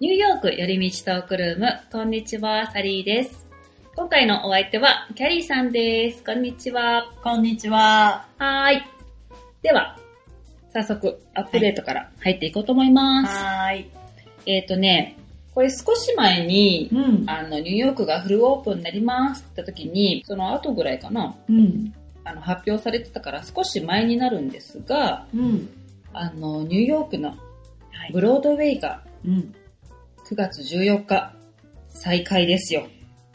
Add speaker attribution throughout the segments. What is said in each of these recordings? Speaker 1: ニューヨーク寄り道トークルーム、こんにちは、サリーです。今回のお相手は、キャリーさんです。こんにちは。
Speaker 2: こんにちは。
Speaker 1: はーい。では、早速、アップデートから入っていこうと思います。
Speaker 2: はーい。
Speaker 1: えっ、ー、とね、これ少し前に、
Speaker 2: うん。
Speaker 1: あの、ニューヨークがフルオープンになりますって言った時に、その後ぐらいかな、
Speaker 2: うん。
Speaker 1: あの、発表されてたから少し前になるんですが、
Speaker 2: うん。
Speaker 1: あの、ニューヨークの
Speaker 2: はい
Speaker 1: ブロードウェイが
Speaker 2: うん。
Speaker 1: 9月14日再開ですよ。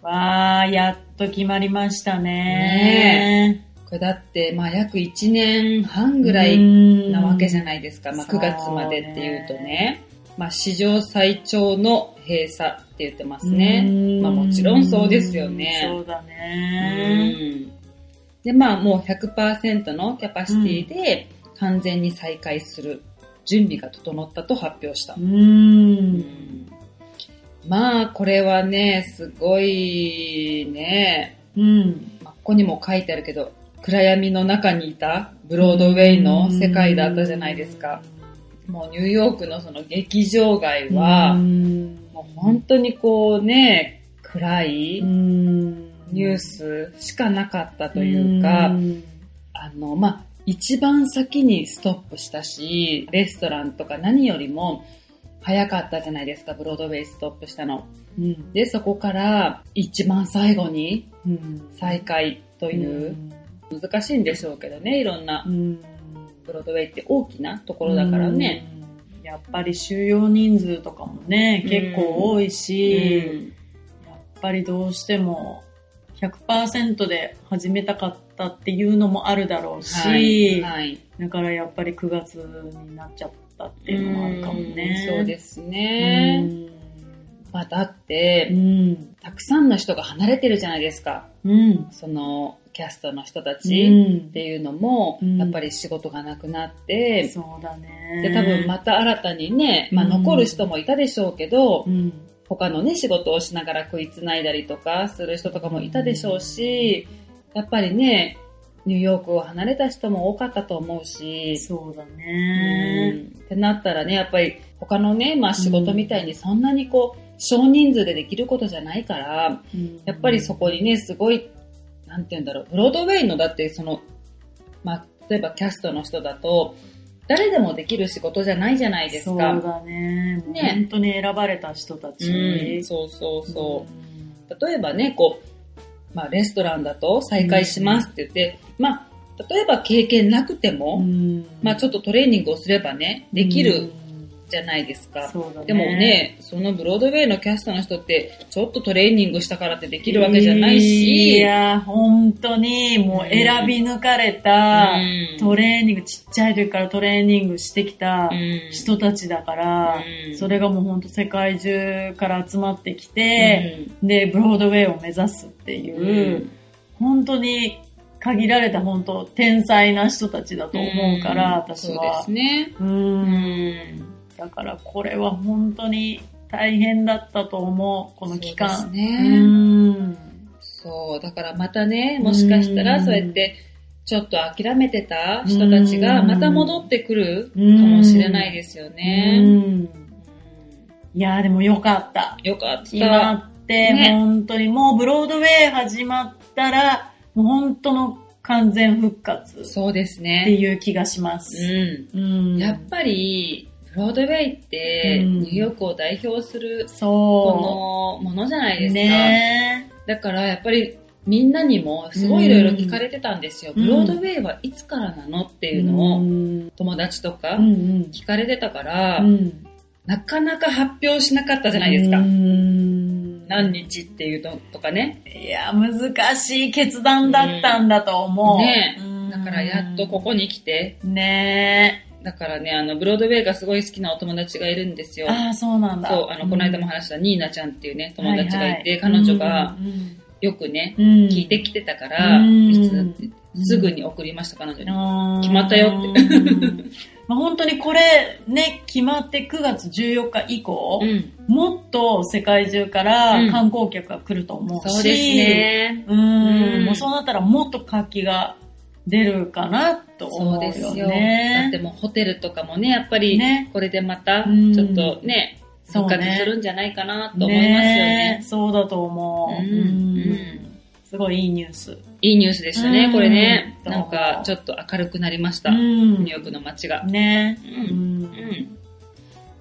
Speaker 2: わー、やっと決まりましたね。
Speaker 1: これだって、まあ約1年半ぐらいな
Speaker 2: な
Speaker 1: わけじゃ
Speaker 2: ん。
Speaker 1: ないですか。
Speaker 2: うん
Speaker 1: まあ9月までっていうとね。まあ史上最長の閉鎖って言ってますね。
Speaker 2: ね
Speaker 1: まあもちろんそうですよね
Speaker 2: そうだ
Speaker 1: う
Speaker 2: ね。
Speaker 1: ん。で、まあもう100%のキャパシティで完全に再開する準備が整ったと発表した
Speaker 2: う。ん。
Speaker 1: まあこれはね、すごいね、
Speaker 2: うん。
Speaker 1: まあここにも書いてあるけど、暗闇の中にいたブロードウェイの世界だったじゃないですか。もうニューヨークのその劇場街
Speaker 2: うん。
Speaker 1: は、
Speaker 2: うん、
Speaker 1: もう本当にこうね、暗
Speaker 2: う
Speaker 1: い
Speaker 2: ん
Speaker 1: ニュースしかなかったというか、
Speaker 2: ん
Speaker 1: あの、まあ、一番先にストップしたし、レストランとか何よりも早かったじゃないですか、ブロードウェイストップしたの。
Speaker 2: うん。
Speaker 1: で、そこから一番最後に
Speaker 2: うん
Speaker 1: 再開と
Speaker 2: と
Speaker 1: いう、。難しいんでしょうけどね、いろんな
Speaker 2: うん。
Speaker 1: ブロードウェイって大きなところだからね。
Speaker 2: うん。やっぱり収容人数とかもね、
Speaker 1: うん
Speaker 2: 結構多いうし、
Speaker 1: ん
Speaker 2: やっぱりどうしても100%で始めたかったっていうのもあるだろうし、
Speaker 1: はい。はい。
Speaker 2: だからやっぱり9月になっちゃったっていうのもあるかもね。
Speaker 1: うんそうですね。まあ、だっ
Speaker 2: う
Speaker 1: て、
Speaker 2: ん。
Speaker 1: たくさんの人が離れてるじゃないですか。
Speaker 2: うん。
Speaker 1: その、キャストの人た
Speaker 2: う
Speaker 1: ち。っ
Speaker 2: ん。
Speaker 1: ていうのも、
Speaker 2: うん
Speaker 1: やっぱり仕事がなくなって、
Speaker 2: そうだね。
Speaker 1: で、多分また新たにね、まあ
Speaker 2: うん
Speaker 1: 残る人もいたでしょうけど、
Speaker 2: うん。
Speaker 1: 他のね、仕事をしながら食いつないだりとかする人とかもいたでしょうし、やっぱりね、ニューヨークを離れた人も多かったと思うし、
Speaker 2: そうだ
Speaker 1: う
Speaker 2: ね。
Speaker 1: んってなったらね、やっぱり他のね、まあ仕事みたいにそんなにこう、少人数でできることじゃないから、
Speaker 2: うん
Speaker 1: やっぱりそこにね、すごい、なんて言うんだろう、ブロードウェイのだってその、まあ、例えばキャストの人だと、誰でもできる仕事じゃないじゃないです
Speaker 2: そう
Speaker 1: か。
Speaker 2: だね。もう
Speaker 1: ね
Speaker 2: 本当に選ばれた人たち。
Speaker 1: うん、そうそうそうう。
Speaker 2: ん
Speaker 1: 例えばね、こう、まあ、レストランだと再開しますって言って、まあ、例えば経験なくても、
Speaker 2: うん
Speaker 1: まあ、ちょっとトレーニングをすればね、でき
Speaker 2: う
Speaker 1: る
Speaker 2: ん
Speaker 1: じゃないですか。
Speaker 2: そうだね。
Speaker 1: でもね、そのブロードウェイのキャストの人って、ちょっとトレーニングしたからってできるわけじゃないし、
Speaker 2: いや、本当に、もう選び抜かれた、
Speaker 1: うん
Speaker 2: トレーニング、ちっちゃい時からトレーニングしてきた
Speaker 1: うん
Speaker 2: 人たちだから、
Speaker 1: うん
Speaker 2: それがもう本当世界中から集まってきて、
Speaker 1: うん
Speaker 2: で、ブロードウェイを目指すっていう、
Speaker 1: うん
Speaker 2: 本当に限られた本当天才な人たちだと思うから、私
Speaker 1: そうで
Speaker 2: は
Speaker 1: す。ね。
Speaker 2: う
Speaker 1: うんん。
Speaker 2: だからこれは本当に大変だったと思う、この期
Speaker 1: そ
Speaker 2: 間。
Speaker 1: う
Speaker 2: う
Speaker 1: ですね。
Speaker 2: ん。
Speaker 1: そう、だからまたね、もしかした
Speaker 2: う
Speaker 1: ら
Speaker 2: ん
Speaker 1: そうやって、ちょっと諦めてた人たちが
Speaker 2: うん
Speaker 1: また戻ってくる
Speaker 2: か
Speaker 1: かもしれないですよ
Speaker 2: う
Speaker 1: ね。
Speaker 2: ん。いやーでもよかった。
Speaker 1: よかった。
Speaker 2: 決まって、
Speaker 1: ね
Speaker 2: 本当にもうブロードウェイ始まったら、もう本当の完全復活っ
Speaker 1: そうです
Speaker 2: て
Speaker 1: ね。
Speaker 2: いう気がしま
Speaker 1: う
Speaker 2: す。
Speaker 1: ん。
Speaker 2: うん
Speaker 1: やっぱり、ブロードウェイって、
Speaker 2: うん
Speaker 1: ニューヨークを代表する、
Speaker 2: そ
Speaker 1: このものじゃな
Speaker 2: う。
Speaker 1: いですか。
Speaker 2: ね
Speaker 1: だからやっぱりみんなにもすごいいろいろ聞かれてたんですよ。
Speaker 2: うん
Speaker 1: ブロードウェイはいつからなのって
Speaker 2: て
Speaker 1: いうの
Speaker 2: う
Speaker 1: を
Speaker 2: ん
Speaker 1: 友達とか
Speaker 2: うん。
Speaker 1: 聞かれてたから、
Speaker 2: うん
Speaker 1: なかなか発表しなかったじゃないですか。
Speaker 2: うん
Speaker 1: 何日っていうのとかね。
Speaker 2: いや、難しい決断だったんだと思う。
Speaker 1: ね
Speaker 2: うん
Speaker 1: だからやっとここに来て、
Speaker 2: ね
Speaker 1: だからね、あの、ブロードウェイがすごい好きなお友達がいるんです
Speaker 2: え。
Speaker 1: よ。
Speaker 2: ああ、そうなんだ。
Speaker 1: そう、あの、この間も
Speaker 2: うん
Speaker 1: 話したニーナちゃんっていうね、友達がいて、
Speaker 2: はは
Speaker 1: 彼女が
Speaker 2: うん
Speaker 1: よくね、
Speaker 2: うん
Speaker 1: 聞いてきてたから、
Speaker 2: うん
Speaker 1: いつすぐに送りました、彼女に。決
Speaker 2: 決。
Speaker 1: まったよって
Speaker 2: まあ本当にこれね、決まって9月14日以降、
Speaker 1: うん。
Speaker 2: もっと世界中から観光客が来ると思うし、
Speaker 1: そうですね。
Speaker 2: うん。
Speaker 1: うん
Speaker 2: もうそうなったらもっと活気が出るかなと
Speaker 1: そ
Speaker 2: 思
Speaker 1: う
Speaker 2: う
Speaker 1: で
Speaker 2: よね。
Speaker 1: すよ。だってもうホテルとかもね、やっぱり、
Speaker 2: ね
Speaker 1: これでまた、
Speaker 2: うん
Speaker 1: ちょっとね、
Speaker 2: そう
Speaker 1: 復
Speaker 2: ね
Speaker 1: 活するんじゃないかなと思いますよね。
Speaker 2: えそうだと思う。
Speaker 1: うんうん
Speaker 2: すごいいいニュース。
Speaker 1: いいニュースでしたね、
Speaker 2: うん
Speaker 1: これね。
Speaker 2: どう
Speaker 1: なんか、ちょっと明るくなりました。
Speaker 2: ん
Speaker 1: ニューヨークの街が。
Speaker 2: ね。
Speaker 1: う。う
Speaker 2: うん。
Speaker 1: んん。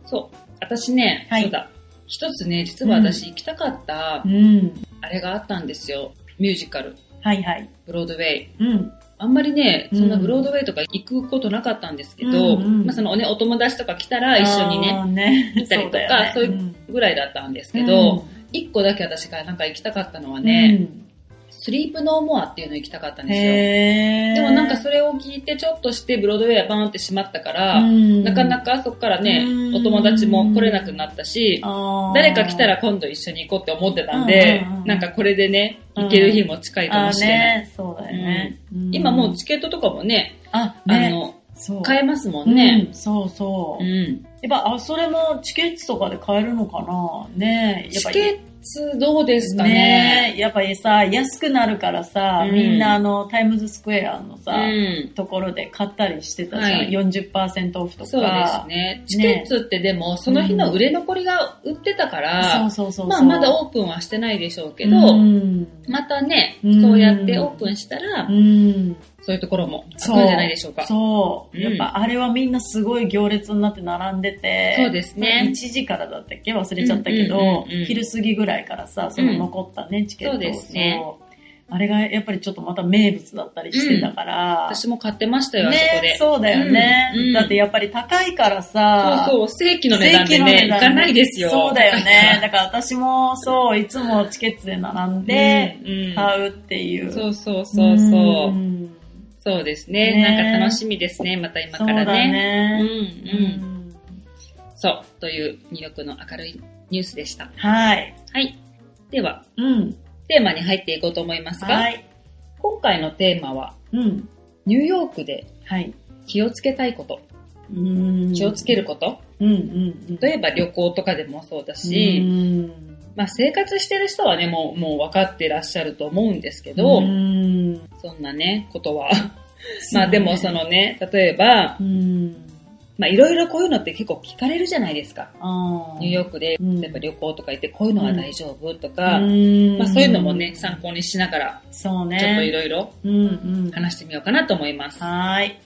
Speaker 1: そう。私ね、
Speaker 2: はい
Speaker 1: そうだ。一つね、実は私行きたかった
Speaker 2: う、ん。
Speaker 1: あれがあったんですよ。ミュージカル、
Speaker 2: はいはい。
Speaker 1: ブロードウェイ。
Speaker 2: うん。
Speaker 1: あんまりね、そんな
Speaker 2: うん
Speaker 1: ブロードウェイとか行くことなかったんですけど、
Speaker 2: うんうん
Speaker 1: まあそのね、お友達とか来たら一緒にね、
Speaker 2: あーね。
Speaker 1: 行ったりとか
Speaker 2: そうだよね
Speaker 1: そうい
Speaker 2: ん
Speaker 1: ぐらいだったんですけど、、一、個だけ私がなんか行きたかったのはね、スリープノーモアっていうの行きたかった
Speaker 2: うんん、
Speaker 1: ですよ。
Speaker 2: へー
Speaker 1: でもなんかそれを聞いてちょっとしてブロードウェイはバーンって閉まったから、
Speaker 2: うん
Speaker 1: なかなかそこからね、
Speaker 2: うん
Speaker 1: お友達も来れなくなったし、
Speaker 2: あー
Speaker 1: 誰か来たら今度一緒に行こうって思ってたんで
Speaker 2: うんうんう、ん
Speaker 1: なんかこれでね、行ける日も近いか
Speaker 2: あ
Speaker 1: も
Speaker 2: ー
Speaker 1: しれない。
Speaker 2: ね、そうだよね。うん
Speaker 1: 今もう、チケットとかもね、
Speaker 2: あ、
Speaker 1: あ
Speaker 2: ね、
Speaker 1: の、
Speaker 2: そう。
Speaker 1: 買えますもんね。
Speaker 2: うんそうそうう。
Speaker 1: ん
Speaker 2: や。っぱ、あ、それもチケットとかで買えるのかなねやっ
Speaker 1: チ
Speaker 2: ぱ
Speaker 1: ケットどうですかね
Speaker 2: ねやっぱりさ、安くなるからさ、
Speaker 1: うん
Speaker 2: みんなあの、タイムズスクエアのさ、
Speaker 1: うん。
Speaker 2: ところで買ったりしてたじゃん。
Speaker 1: はい
Speaker 2: 40%オフとか。
Speaker 1: そうですね。チケットってでも、その日の売れ残りが売ってたから、
Speaker 2: そうそうそうそう。
Speaker 1: まあまだオープンはしてないでしょうけど、
Speaker 2: うん
Speaker 1: またね、
Speaker 2: うん
Speaker 1: そうやってオープンしたら、
Speaker 2: うん。
Speaker 1: そういうところも開くん
Speaker 2: そう
Speaker 1: じゃないでしょうか。そう
Speaker 2: そう。
Speaker 1: うん
Speaker 2: やっぱあれはみんなすごい行列になって並んでて。
Speaker 1: ですね。
Speaker 2: 1時からだったっけ忘れちゃったけ
Speaker 1: うん
Speaker 2: ど
Speaker 1: うんうんうん、
Speaker 2: 昼過ぎぐらいからさ、その残ったね、チケット
Speaker 1: そ
Speaker 2: を
Speaker 1: うですね
Speaker 2: そうあれがやっぱりちょっとまた名物だったりしてたから。
Speaker 1: 私も買ってましたよ、あそこ
Speaker 2: ね
Speaker 1: で。、そう
Speaker 2: そうだよね、
Speaker 1: うんうん
Speaker 2: だってやっぱり高いからさ。
Speaker 1: そう、正規の値段で
Speaker 2: 正規の
Speaker 1: ね、
Speaker 2: 値
Speaker 1: 行
Speaker 2: 段
Speaker 1: かないですよ。
Speaker 2: そうだよね。だから私もそう、いつもチケットで並んで
Speaker 1: うん、うん
Speaker 2: 買うっていう。
Speaker 1: そうそうそうそう。
Speaker 2: ん
Speaker 1: そうですね
Speaker 2: ね
Speaker 1: なんか楽しみですね、また今
Speaker 2: そ
Speaker 1: か
Speaker 2: うだ
Speaker 1: らね。うんう
Speaker 2: ね。
Speaker 1: ん。そう、という魅力の明るいニュースでした。
Speaker 2: はい。
Speaker 1: はい。では、
Speaker 2: うん。
Speaker 1: テーマに入っていこうと思いますが、
Speaker 2: はい。
Speaker 1: 今回のテーマは、
Speaker 2: うん。
Speaker 1: ニューヨークで
Speaker 2: はい。
Speaker 1: 気をつけたいこと、
Speaker 2: うん
Speaker 1: 気をつけること、
Speaker 2: うんうんうん。
Speaker 1: 例えば旅行とかでもそうだ
Speaker 2: う
Speaker 1: し、
Speaker 2: ん
Speaker 1: まあ生活してる人はね、もう、もう分かってらっしゃると思うんですけど、
Speaker 2: うん
Speaker 1: そんなね、こと は。まあでもそ、のね、例えば
Speaker 2: う、ん。
Speaker 1: まあいろいろこういうのって結構聞かれるじゃないですか。ニューヨ
Speaker 2: ー
Speaker 1: ークで、
Speaker 2: うん
Speaker 1: 例えば旅行とか行ってこういうのは大丈夫と
Speaker 2: ク
Speaker 1: か、まあそういうのもね、参考にしながら、
Speaker 2: そうね。
Speaker 1: ちょっといろいろ
Speaker 2: うんうん。
Speaker 1: 話してみようかなと思います。
Speaker 2: はい。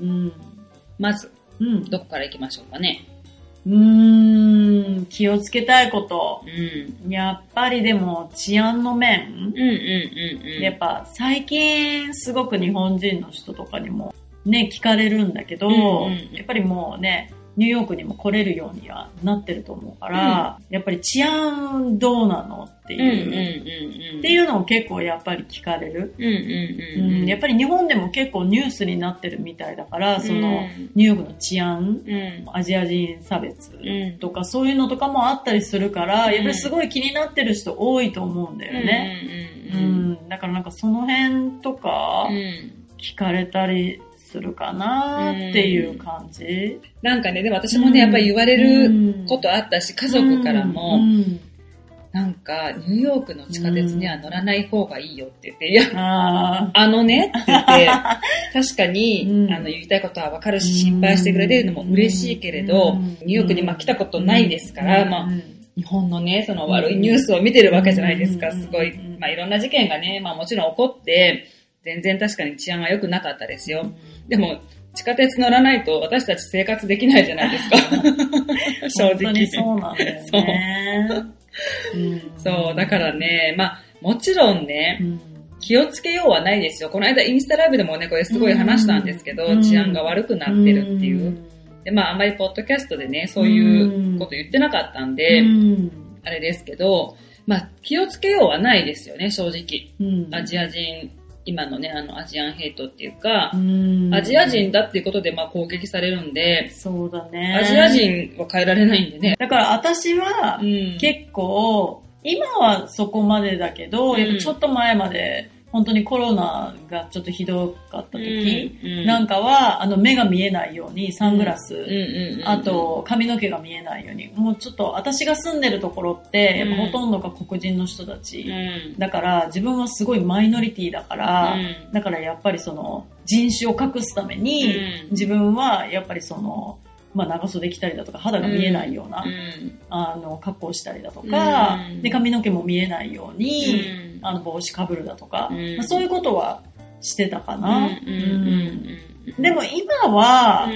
Speaker 1: うん、
Speaker 2: うん。
Speaker 1: まず、
Speaker 2: うん。
Speaker 1: どこから行きましょうかね。
Speaker 2: うーん、気をつけたいこと
Speaker 1: う。ん。うん
Speaker 2: やっぱりでも治安の
Speaker 1: うん
Speaker 2: 面、
Speaker 1: うんうん。
Speaker 2: やっぱ最近すごく日本人の人とかにもね、聞かれるんだけど、
Speaker 1: うんうん
Speaker 2: やっぱりもうね、ニューヨークにも来れるようにはなってると思うから、やっぱり治安どうなのって
Speaker 1: うんうん
Speaker 2: いう、
Speaker 1: うんうん。
Speaker 2: っていうのを結構やっぱり聞かれる、
Speaker 1: うんう
Speaker 2: うん
Speaker 1: うんうん。
Speaker 2: ん。やっぱり日本でも結構ニュースになってるみたいだから、その、
Speaker 1: うん
Speaker 2: ニューヨークの治安、
Speaker 1: うん。
Speaker 2: アジア人差別、
Speaker 1: うん
Speaker 2: とかそういうのとかもあったりするから、
Speaker 1: うん
Speaker 2: やっぱりすごい気になってる人多いと思うんだよね。
Speaker 1: う
Speaker 2: う
Speaker 1: う
Speaker 2: ん
Speaker 1: んうん。
Speaker 2: ん、だからなんかその辺とか
Speaker 1: うん
Speaker 2: 聞かれたりするかなっていう感じ。
Speaker 1: なんかね、でも私もね、やっぱり言われることあったし、家
Speaker 2: 家
Speaker 1: 族からも、
Speaker 2: うん
Speaker 1: なんか、ニューヨークの地下鉄には乗らない方がいいよって言って、いや、
Speaker 2: あ
Speaker 1: あのねって言 って、確かに、
Speaker 2: うん
Speaker 1: あの、言いたいことはわかるし、心配してくれてるのも嬉しいけれど、
Speaker 2: うん
Speaker 1: ニューヨークにまあ来たことないですから、
Speaker 2: うん
Speaker 1: まあ、
Speaker 2: うん
Speaker 1: 日本のね、その悪いニュースを見てるわけじゃないですか、
Speaker 2: うん
Speaker 1: すごい
Speaker 2: うん。
Speaker 1: まあ、いろんな事件がね、まあもちろん起こって、全然確かに治安は良くなかったですよ。でも、地下鉄乗らないと私たち生活できないじゃないです か。正直。
Speaker 2: 本当にそうなんだよね。うん
Speaker 1: そう、だから、ね、まあ、もちろんね
Speaker 2: う、ん
Speaker 1: 気をつけようはないですよ。この間インスタライブでもね、これすごい話したんですけど、
Speaker 2: うん
Speaker 1: 治安が悪くなってるっていう。で、まあ、あんまりポッドキャストでね、そういうこと言ってなかったんで、
Speaker 2: うん
Speaker 1: あれですけど、まあ、気をつけようはないですよね、正直。
Speaker 2: うん
Speaker 1: アジア人、今のね、あの、アジアンヘイトっていうか、
Speaker 2: うん
Speaker 1: アジア人だっていうことで、まあ、攻撃されるんで、
Speaker 2: そうだね。
Speaker 1: アジア人は変えられないんでね。
Speaker 2: だから私は
Speaker 1: う、ん。
Speaker 2: 結構、今はそこまでだけど、
Speaker 1: うん
Speaker 2: やっぱちょっと前まで、本当にコロナがちょっとひどかった時、な
Speaker 1: か、
Speaker 2: んかは、あの、目が見えないようにサングラス、
Speaker 1: うんうんうん
Speaker 2: あ、と、髪の毛が見えないように、もうちょっと、私が住んでるところって、やっぱほとんどが黒人の人た
Speaker 1: うん。
Speaker 2: ち。だから、自分はすごいマイノリティだから、だからやっぱりその、人種を隠すために、
Speaker 1: うん
Speaker 2: 自分はやっぱりそのまあ、長袖着たりだとか肌が見えないような、あの格好をしたりだとか、
Speaker 1: うん
Speaker 2: で髪の毛も見えないように、あの帽子かぶるだとか、
Speaker 1: うん
Speaker 2: まあ、そういうことはしてたかな。
Speaker 1: うん
Speaker 2: でも今は、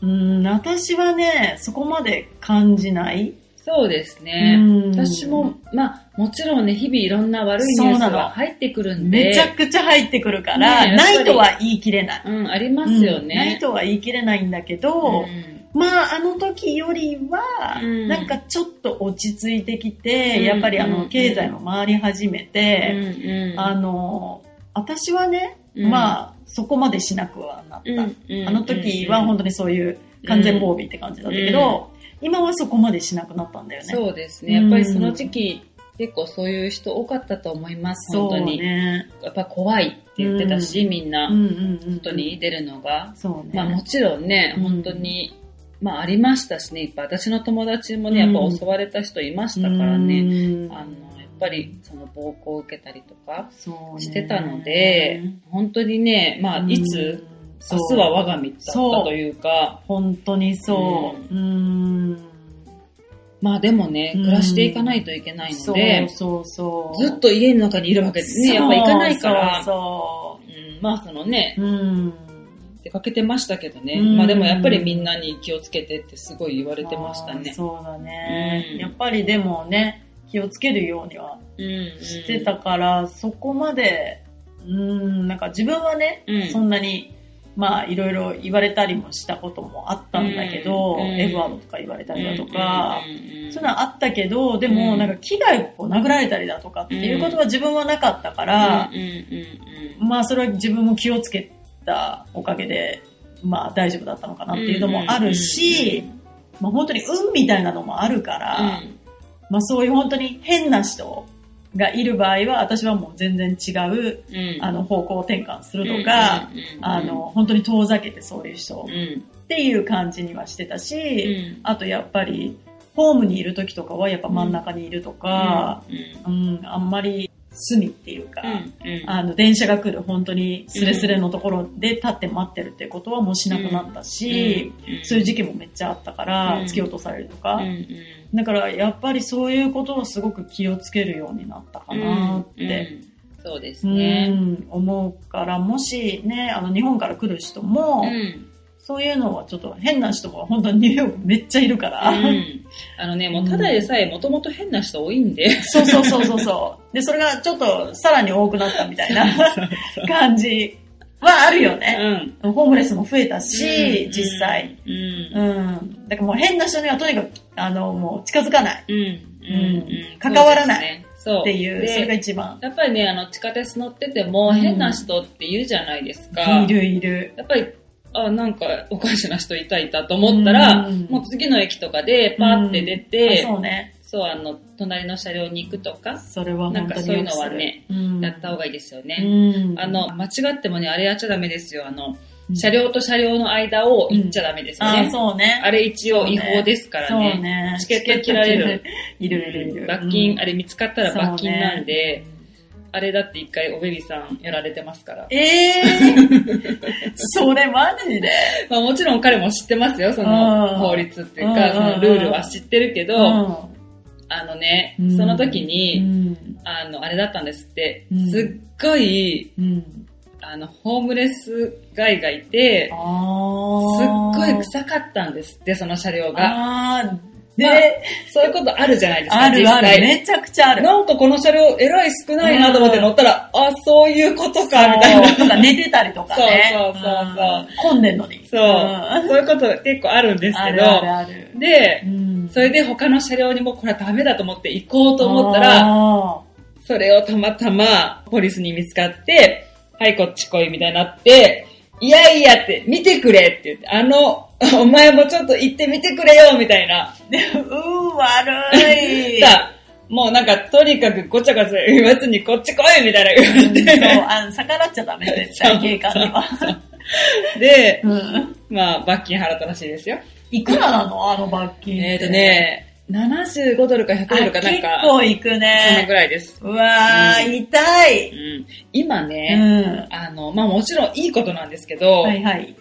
Speaker 1: うん
Speaker 2: うん、私はね、そこまで感じない。
Speaker 1: そうですね。
Speaker 2: うん
Speaker 1: 私も、まあ、もちろんね、日々いろんな悪いニュース
Speaker 2: そうなの
Speaker 1: が入ってくるんで、
Speaker 2: めちゃくちゃ入ってくるから、
Speaker 1: ねえやっぱ
Speaker 2: な
Speaker 1: り
Speaker 2: いとは言い切れない。
Speaker 1: うん、ありますよ
Speaker 2: うんない
Speaker 1: ね。
Speaker 2: とは言い切れないんだけど、まあ、あの時よりは、
Speaker 1: うん
Speaker 2: なんかちょっと落ち着いてきて、
Speaker 1: うん
Speaker 2: やっぱりあ
Speaker 1: う
Speaker 2: の、
Speaker 1: ん
Speaker 2: 経済も回り始めて、あの、私はね、ま
Speaker 1: あ、
Speaker 2: あ、そこまでしなくはなった。
Speaker 1: うん
Speaker 2: あの時は本当にそういう完全防備って感じだったけど、今はそこまでしなくなったんだよね。
Speaker 1: そうですね。やっぱりその時期、結構そういう人多かったと思います、
Speaker 2: そ
Speaker 1: 本
Speaker 2: う
Speaker 1: 当に。
Speaker 2: ね。
Speaker 1: やっぱ怖いって言ってたし、みんな、
Speaker 2: うんうんうん。
Speaker 1: 外。に出るのが。
Speaker 2: そうね。
Speaker 1: まあもちろんね、
Speaker 2: うん
Speaker 1: 本当に、まあありましたしね、いっぱい私の友達もね、や
Speaker 2: う
Speaker 1: っ
Speaker 2: ん
Speaker 1: ぱ襲われた人いましたからね、
Speaker 2: うん
Speaker 1: あの、やっぱりその暴行を受けたりとか
Speaker 2: そうね
Speaker 1: してたので、本当にね、まあ
Speaker 2: うん
Speaker 1: いつ、
Speaker 2: そ
Speaker 1: 明日
Speaker 2: う
Speaker 1: は我が身だった
Speaker 2: そう
Speaker 1: というか、
Speaker 2: 本当にそう。うん。
Speaker 1: まあでもね、
Speaker 2: うん
Speaker 1: 暮らしていかないといけない
Speaker 2: そ
Speaker 1: の
Speaker 2: う
Speaker 1: で、
Speaker 2: そうそう。
Speaker 1: ずっと家の中にいるわけですね、やっぱ行かないから、
Speaker 2: そう
Speaker 1: うんまあそのね、
Speaker 2: そう。うん。
Speaker 1: 出かけてましたけどね、
Speaker 2: うん
Speaker 1: まあでもやっぱりみんなに気をつけてってすごい言われてました
Speaker 2: あー
Speaker 1: ね。
Speaker 2: そうだね、
Speaker 1: うん
Speaker 2: やっぱりでもね、気をつけるようには
Speaker 1: うん
Speaker 2: してたから、そこまで、うん、なんか自分はね、
Speaker 1: うん
Speaker 2: そんなに、まあ、いろいろ言われたりもしたこともあったんだけど、
Speaker 1: うん
Speaker 2: F ワードとか言われたりだとか、
Speaker 1: うんうんうん
Speaker 2: そういうのはあったけど、でも、
Speaker 1: うん
Speaker 2: なんか危害を殴られたりだとかっていうことは自分はなかったから
Speaker 1: う、んうんうん
Speaker 2: まあ、それは自分も気をつけたおかげで、まあ、大丈夫だったのかなっていうのもあるし、まあ、本当に運みたいなのもあるから、まあ、そういう本当に変な人がいる場合は、私はもう全然違う、
Speaker 1: うんうん
Speaker 2: あの、方向転換するとか、、
Speaker 1: うんうんうん
Speaker 2: あの、、本当に遠ざけてそういう人
Speaker 1: うん
Speaker 2: っていう感じにはしてた
Speaker 1: う
Speaker 2: し、
Speaker 1: ん
Speaker 2: あとやっぱり、ホームにいる時とかはやっぱ真ん中にいるとか、
Speaker 1: うん
Speaker 2: うん、あんまり隅っていうか、
Speaker 1: うんうん
Speaker 2: あの、電車が来る本当にスレスレのところで立って待ってるってことはもうしなくなったし、そういう時期もめっちゃあったから、
Speaker 1: うん
Speaker 2: 突き落とされると
Speaker 1: う
Speaker 2: か、
Speaker 1: んうん
Speaker 2: だからやっぱりそういうことをすごく気をつけるようになったかなって、
Speaker 1: うんそうです
Speaker 2: うん
Speaker 1: ね。
Speaker 2: 思うからもしねあの日本から来る人も、
Speaker 1: うん
Speaker 2: そういうのはちょっと変な人も本当にニューヨークめっちゃいるから、
Speaker 1: うんあのね、もうただでさえもともと変な人多いんで、
Speaker 2: そうそうそうそうそうでそれがちょっとさらに多くなったみたいな 感じはあるよね、
Speaker 1: ん。
Speaker 2: ホームレスも増えたし、
Speaker 1: うん
Speaker 2: 実際、。
Speaker 1: うん。
Speaker 2: う
Speaker 1: うん
Speaker 2: ん、だからもう変な人にはとにかくあのもう近づかない
Speaker 1: うん。
Speaker 2: うん関わらない
Speaker 1: そう
Speaker 2: っ
Speaker 1: で
Speaker 2: て
Speaker 1: すね。
Speaker 2: いう
Speaker 1: で
Speaker 2: それが一番
Speaker 1: やっぱりね、あの、地下鉄乗ってても、
Speaker 2: うん
Speaker 1: 変な人って言うじゃないですか。
Speaker 2: いるいる
Speaker 1: やっぱり、あ、なんか、おかしな人いたいたと思ったら、
Speaker 2: うん
Speaker 1: もう次の駅とかで、パーって出て、
Speaker 2: あそうね
Speaker 1: そう、あの、隣の車両に行くとか、
Speaker 2: それは本当に良くする
Speaker 1: なんかそういうのはね、
Speaker 2: うん
Speaker 1: やった方がいいですよ
Speaker 2: う
Speaker 1: ね。
Speaker 2: ん、
Speaker 1: あの、間違ってもね、あれやっちゃダメですよ。あの、
Speaker 2: うん、
Speaker 1: 車両と車両の間を行っちゃダメですよ
Speaker 2: あ
Speaker 1: ね。
Speaker 2: ーそうね。
Speaker 1: あれ一応違法ですからね。
Speaker 2: そうね。
Speaker 1: チケット切られる。
Speaker 2: いるいるいる。
Speaker 1: 罰金、あ
Speaker 2: れ
Speaker 1: れ見つかったら罰金なんで、あれだって一回おべびさんやられてますから。
Speaker 2: え ー、それマジで
Speaker 1: まあもちろん彼も知ってますよ、そ
Speaker 2: うん
Speaker 1: の法律っていうか、
Speaker 2: うん
Speaker 1: そのルールは知ってるけど、
Speaker 2: うん
Speaker 1: あのね
Speaker 2: うん、
Speaker 1: その時
Speaker 2: う
Speaker 1: に、
Speaker 2: ん
Speaker 1: あの、あれだったんですって
Speaker 2: うん、
Speaker 1: すっごい、
Speaker 2: うん。
Speaker 1: あの、ホームレス街がいて、
Speaker 2: あ
Speaker 1: すっ
Speaker 2: ー
Speaker 1: ごい臭かったんですって、その車両が。
Speaker 2: あーで、
Speaker 1: まあそういうことあるじゃないですか、
Speaker 2: あるある。
Speaker 1: 実際
Speaker 2: めちゃくちゃある。
Speaker 1: なんかこの車両、えらい少ないなと思って乗ったら、あ、そういうことか、みたいな。
Speaker 2: そうとか寝てたりとかね。
Speaker 1: そうそうそうそうん
Speaker 2: 混んでんのに。
Speaker 1: そう
Speaker 2: うん
Speaker 1: そういうこと結構あるんです
Speaker 2: あ
Speaker 1: け
Speaker 2: るある
Speaker 1: ど、
Speaker 2: ある。
Speaker 1: で
Speaker 2: う、ん
Speaker 1: それで他の車両にもこれはダメだと思って行こうと思ったら、
Speaker 2: ら、
Speaker 1: それをたまたまポリスに見つかって、はい、こっち来い、みたいになって、いやいやって、見てくれって言って、あの、お前もちょっと行ってみてくれよ、みたいな。
Speaker 2: うん、悪い。
Speaker 1: さもうなんか、とにかくごちゃごちゃ言わずにこっち来い、みたいな
Speaker 2: う
Speaker 1: 言わ
Speaker 2: んそう
Speaker 1: れて。、
Speaker 2: あの逆らっちゃダメ、絶対、警官には。
Speaker 1: で、
Speaker 2: うん
Speaker 1: まあ、罰金払ったらしいですよ。
Speaker 2: いくらなのあの罰金って。
Speaker 1: えっ、ー、とね、 75ドルか100ドルかなん
Speaker 2: あ
Speaker 1: か、
Speaker 2: 結構行く
Speaker 1: その
Speaker 2: ね
Speaker 1: ぐ。らいです。
Speaker 2: うわー、
Speaker 1: うん
Speaker 2: 痛
Speaker 1: う
Speaker 2: い。
Speaker 1: ん、今
Speaker 2: う
Speaker 1: ね、
Speaker 2: ん。
Speaker 1: あの、まあもちろんいいことなんですけど、
Speaker 2: はいはい。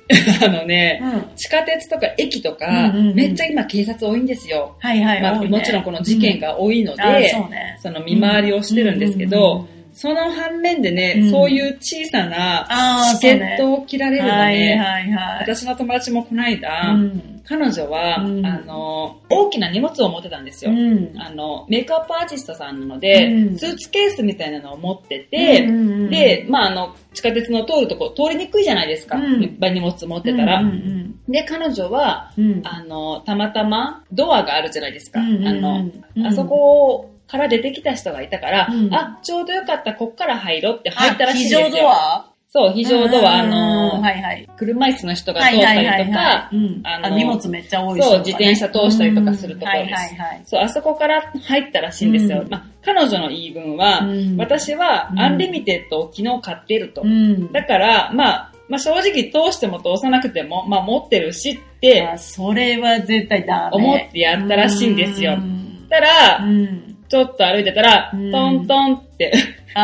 Speaker 1: あのね、
Speaker 2: うん。
Speaker 1: 地下鉄とか駅とか、
Speaker 2: うんうんうん
Speaker 1: めっちゃ今警察多いんですよ。
Speaker 2: はいはい。
Speaker 1: まあ、
Speaker 2: 多いね
Speaker 1: もちろんこの事件が多いの
Speaker 2: うんあ
Speaker 1: で、
Speaker 2: そうね。
Speaker 1: その見回りをしてるんですけど、
Speaker 2: うんうんうん
Speaker 1: その反面でね、
Speaker 2: うん
Speaker 1: そういう小さな
Speaker 2: ああ、
Speaker 1: チケ
Speaker 2: そう
Speaker 1: ッ
Speaker 2: ね
Speaker 1: トを切られるの
Speaker 2: は
Speaker 1: で、
Speaker 2: いはいはい。
Speaker 1: 私の友達もこの間、
Speaker 2: うん
Speaker 1: 彼女は、
Speaker 2: うん
Speaker 1: あの、大きな荷物を持ってたんですよ。
Speaker 2: うん
Speaker 1: あの、メイクアップアーティストさんなので、
Speaker 2: うん
Speaker 1: スーツケースみたいなのを持ってて、
Speaker 2: うんうんうん
Speaker 1: で、まあ、あの、地下鉄の通るとこ通りにくいじゃないですか。
Speaker 2: うん
Speaker 1: いっぱい荷物持ってたら。
Speaker 2: うんうん
Speaker 1: で、彼女は、
Speaker 2: うんうん
Speaker 1: あの、たまたまドアがあるじゃないですか。
Speaker 2: うんうんうん
Speaker 1: あの、
Speaker 2: うん
Speaker 1: あそこから出てきた人がいたから、
Speaker 2: うん
Speaker 1: あ、ちょうどよかった、こっから入ろうって入ったらしいんですよ。
Speaker 2: あ非常ドア
Speaker 1: そう、非常ドア、あ
Speaker 2: うん
Speaker 1: の、
Speaker 2: はいはい。
Speaker 1: 車椅子の人が通ったりとか、
Speaker 2: うん
Speaker 1: あの
Speaker 2: あ荷物めっちゃ多い
Speaker 1: そう自転車通したりとかするところです
Speaker 2: うんはいはい
Speaker 1: そう、あそこから入ったらしいんですよ。
Speaker 2: うん
Speaker 1: まあ、彼女の言い分は、
Speaker 2: はい。うん、
Speaker 1: 私は
Speaker 2: うん
Speaker 1: アンリミテッドを昨日買ってると。
Speaker 2: うん、
Speaker 1: だから、まあ、まあ正直通しても通さなくても、まあ持ってるしって
Speaker 2: あそれは絶対ダメ。
Speaker 1: 思ってやったらしいんですよ
Speaker 2: う。ん
Speaker 1: た
Speaker 2: う
Speaker 1: ら、
Speaker 2: ん、
Speaker 1: ちょっと歩いてたら、
Speaker 2: うん
Speaker 1: トントンって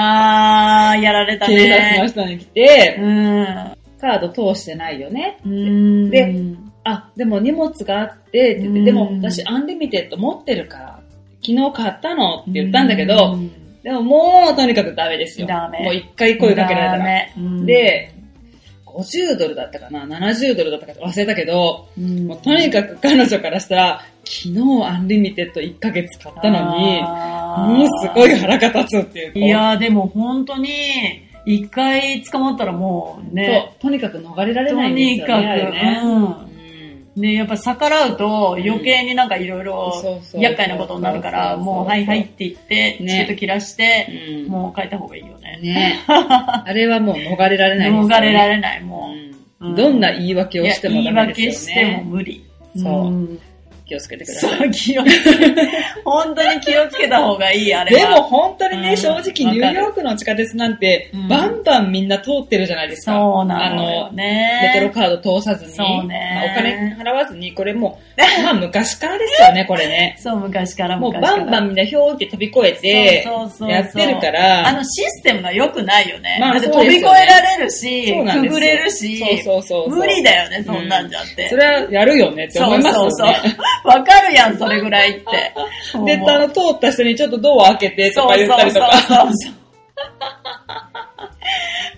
Speaker 2: あー、やられた
Speaker 1: 警察の
Speaker 2: ね。
Speaker 1: 人に来て、
Speaker 2: うん
Speaker 1: カード通してないよね。
Speaker 2: うん。
Speaker 1: であ、でも荷物があって、って言って、
Speaker 2: うん
Speaker 1: でも私アンリミテッド持ってるから、昨日買ったのって言ったんだけど、
Speaker 2: うん、
Speaker 1: でももうとにかくダメですよ。
Speaker 2: ダメ
Speaker 1: もう一回声かけられた
Speaker 2: ダ
Speaker 1: ら。
Speaker 2: メうん
Speaker 1: で、50ドルだったかな ?70 ドルだったか忘れたけど、
Speaker 2: うん
Speaker 1: もうとにかく彼女からしたら、昨日アンリミテッド1ヶ月買ったのに、
Speaker 2: あー
Speaker 1: もうすごい腹が立つっていうか。
Speaker 2: いやーでも本当に、一回捕まったらもうね、
Speaker 1: そう、とにかく逃れられ
Speaker 2: と
Speaker 1: ないんです
Speaker 2: に
Speaker 1: よね。
Speaker 2: かく、
Speaker 1: あれね
Speaker 2: うん。ね、やっぱ逆らうと余計になんかいろいろ
Speaker 1: そうそう
Speaker 2: 厄介なことになるから、
Speaker 1: そうそう
Speaker 2: もうはいはいって言って、
Speaker 1: ね
Speaker 2: チケット切らして、
Speaker 1: うんうん
Speaker 2: もう帰った方がいいよね。
Speaker 1: ねあれはもう逃れられないですよ
Speaker 2: 逃
Speaker 1: ね。
Speaker 2: れられない、も
Speaker 1: う。
Speaker 2: うんん
Speaker 1: どんな言い訳
Speaker 2: う。
Speaker 1: を
Speaker 2: いや
Speaker 1: しても
Speaker 2: 言
Speaker 1: ダ
Speaker 2: い
Speaker 1: メです
Speaker 2: 訳
Speaker 1: よね。
Speaker 2: しても無理。
Speaker 1: そうん気をつけてください。
Speaker 2: そう、気をつけ、本当に気をつけた方がいい、あれ
Speaker 1: で
Speaker 2: は。
Speaker 1: も本当にね、
Speaker 2: うん
Speaker 1: 正直ニューヨークの地下鉄なんて
Speaker 2: う、ん
Speaker 1: バンバンみんな通ってるじゃないですか。
Speaker 2: そうなのよ
Speaker 1: あの、レ
Speaker 2: ね。
Speaker 1: トロカード通さずに、
Speaker 2: そうね
Speaker 1: まあお金払わずに、これ もう、まあ昔からですよね、これね。
Speaker 2: そう、昔から
Speaker 1: もう
Speaker 2: 昔か
Speaker 1: バ
Speaker 2: ら。
Speaker 1: ンバンみんなひょーって飛び越えて、
Speaker 2: そうそうそうそう
Speaker 1: やってるか
Speaker 2: あ
Speaker 1: ら、
Speaker 2: のシステムが良くないよね。
Speaker 1: まあ
Speaker 2: だって
Speaker 1: そう
Speaker 2: 飛
Speaker 1: で
Speaker 2: び
Speaker 1: す
Speaker 2: 越
Speaker 1: よ
Speaker 2: え
Speaker 1: ね
Speaker 2: られるし、
Speaker 1: そうなん
Speaker 2: く
Speaker 1: ですよ
Speaker 2: ぐれるし、
Speaker 1: そうそうそう。
Speaker 2: 無理
Speaker 1: だ。
Speaker 2: だよね、そんなんじゃって。
Speaker 1: それはやるよねって思いますよね。
Speaker 2: そ うそうそう。わかるやん、それぐらいって。
Speaker 1: で、あの、通った人にちょっとドア開けてとか言ったりとか。
Speaker 2: そうそうそう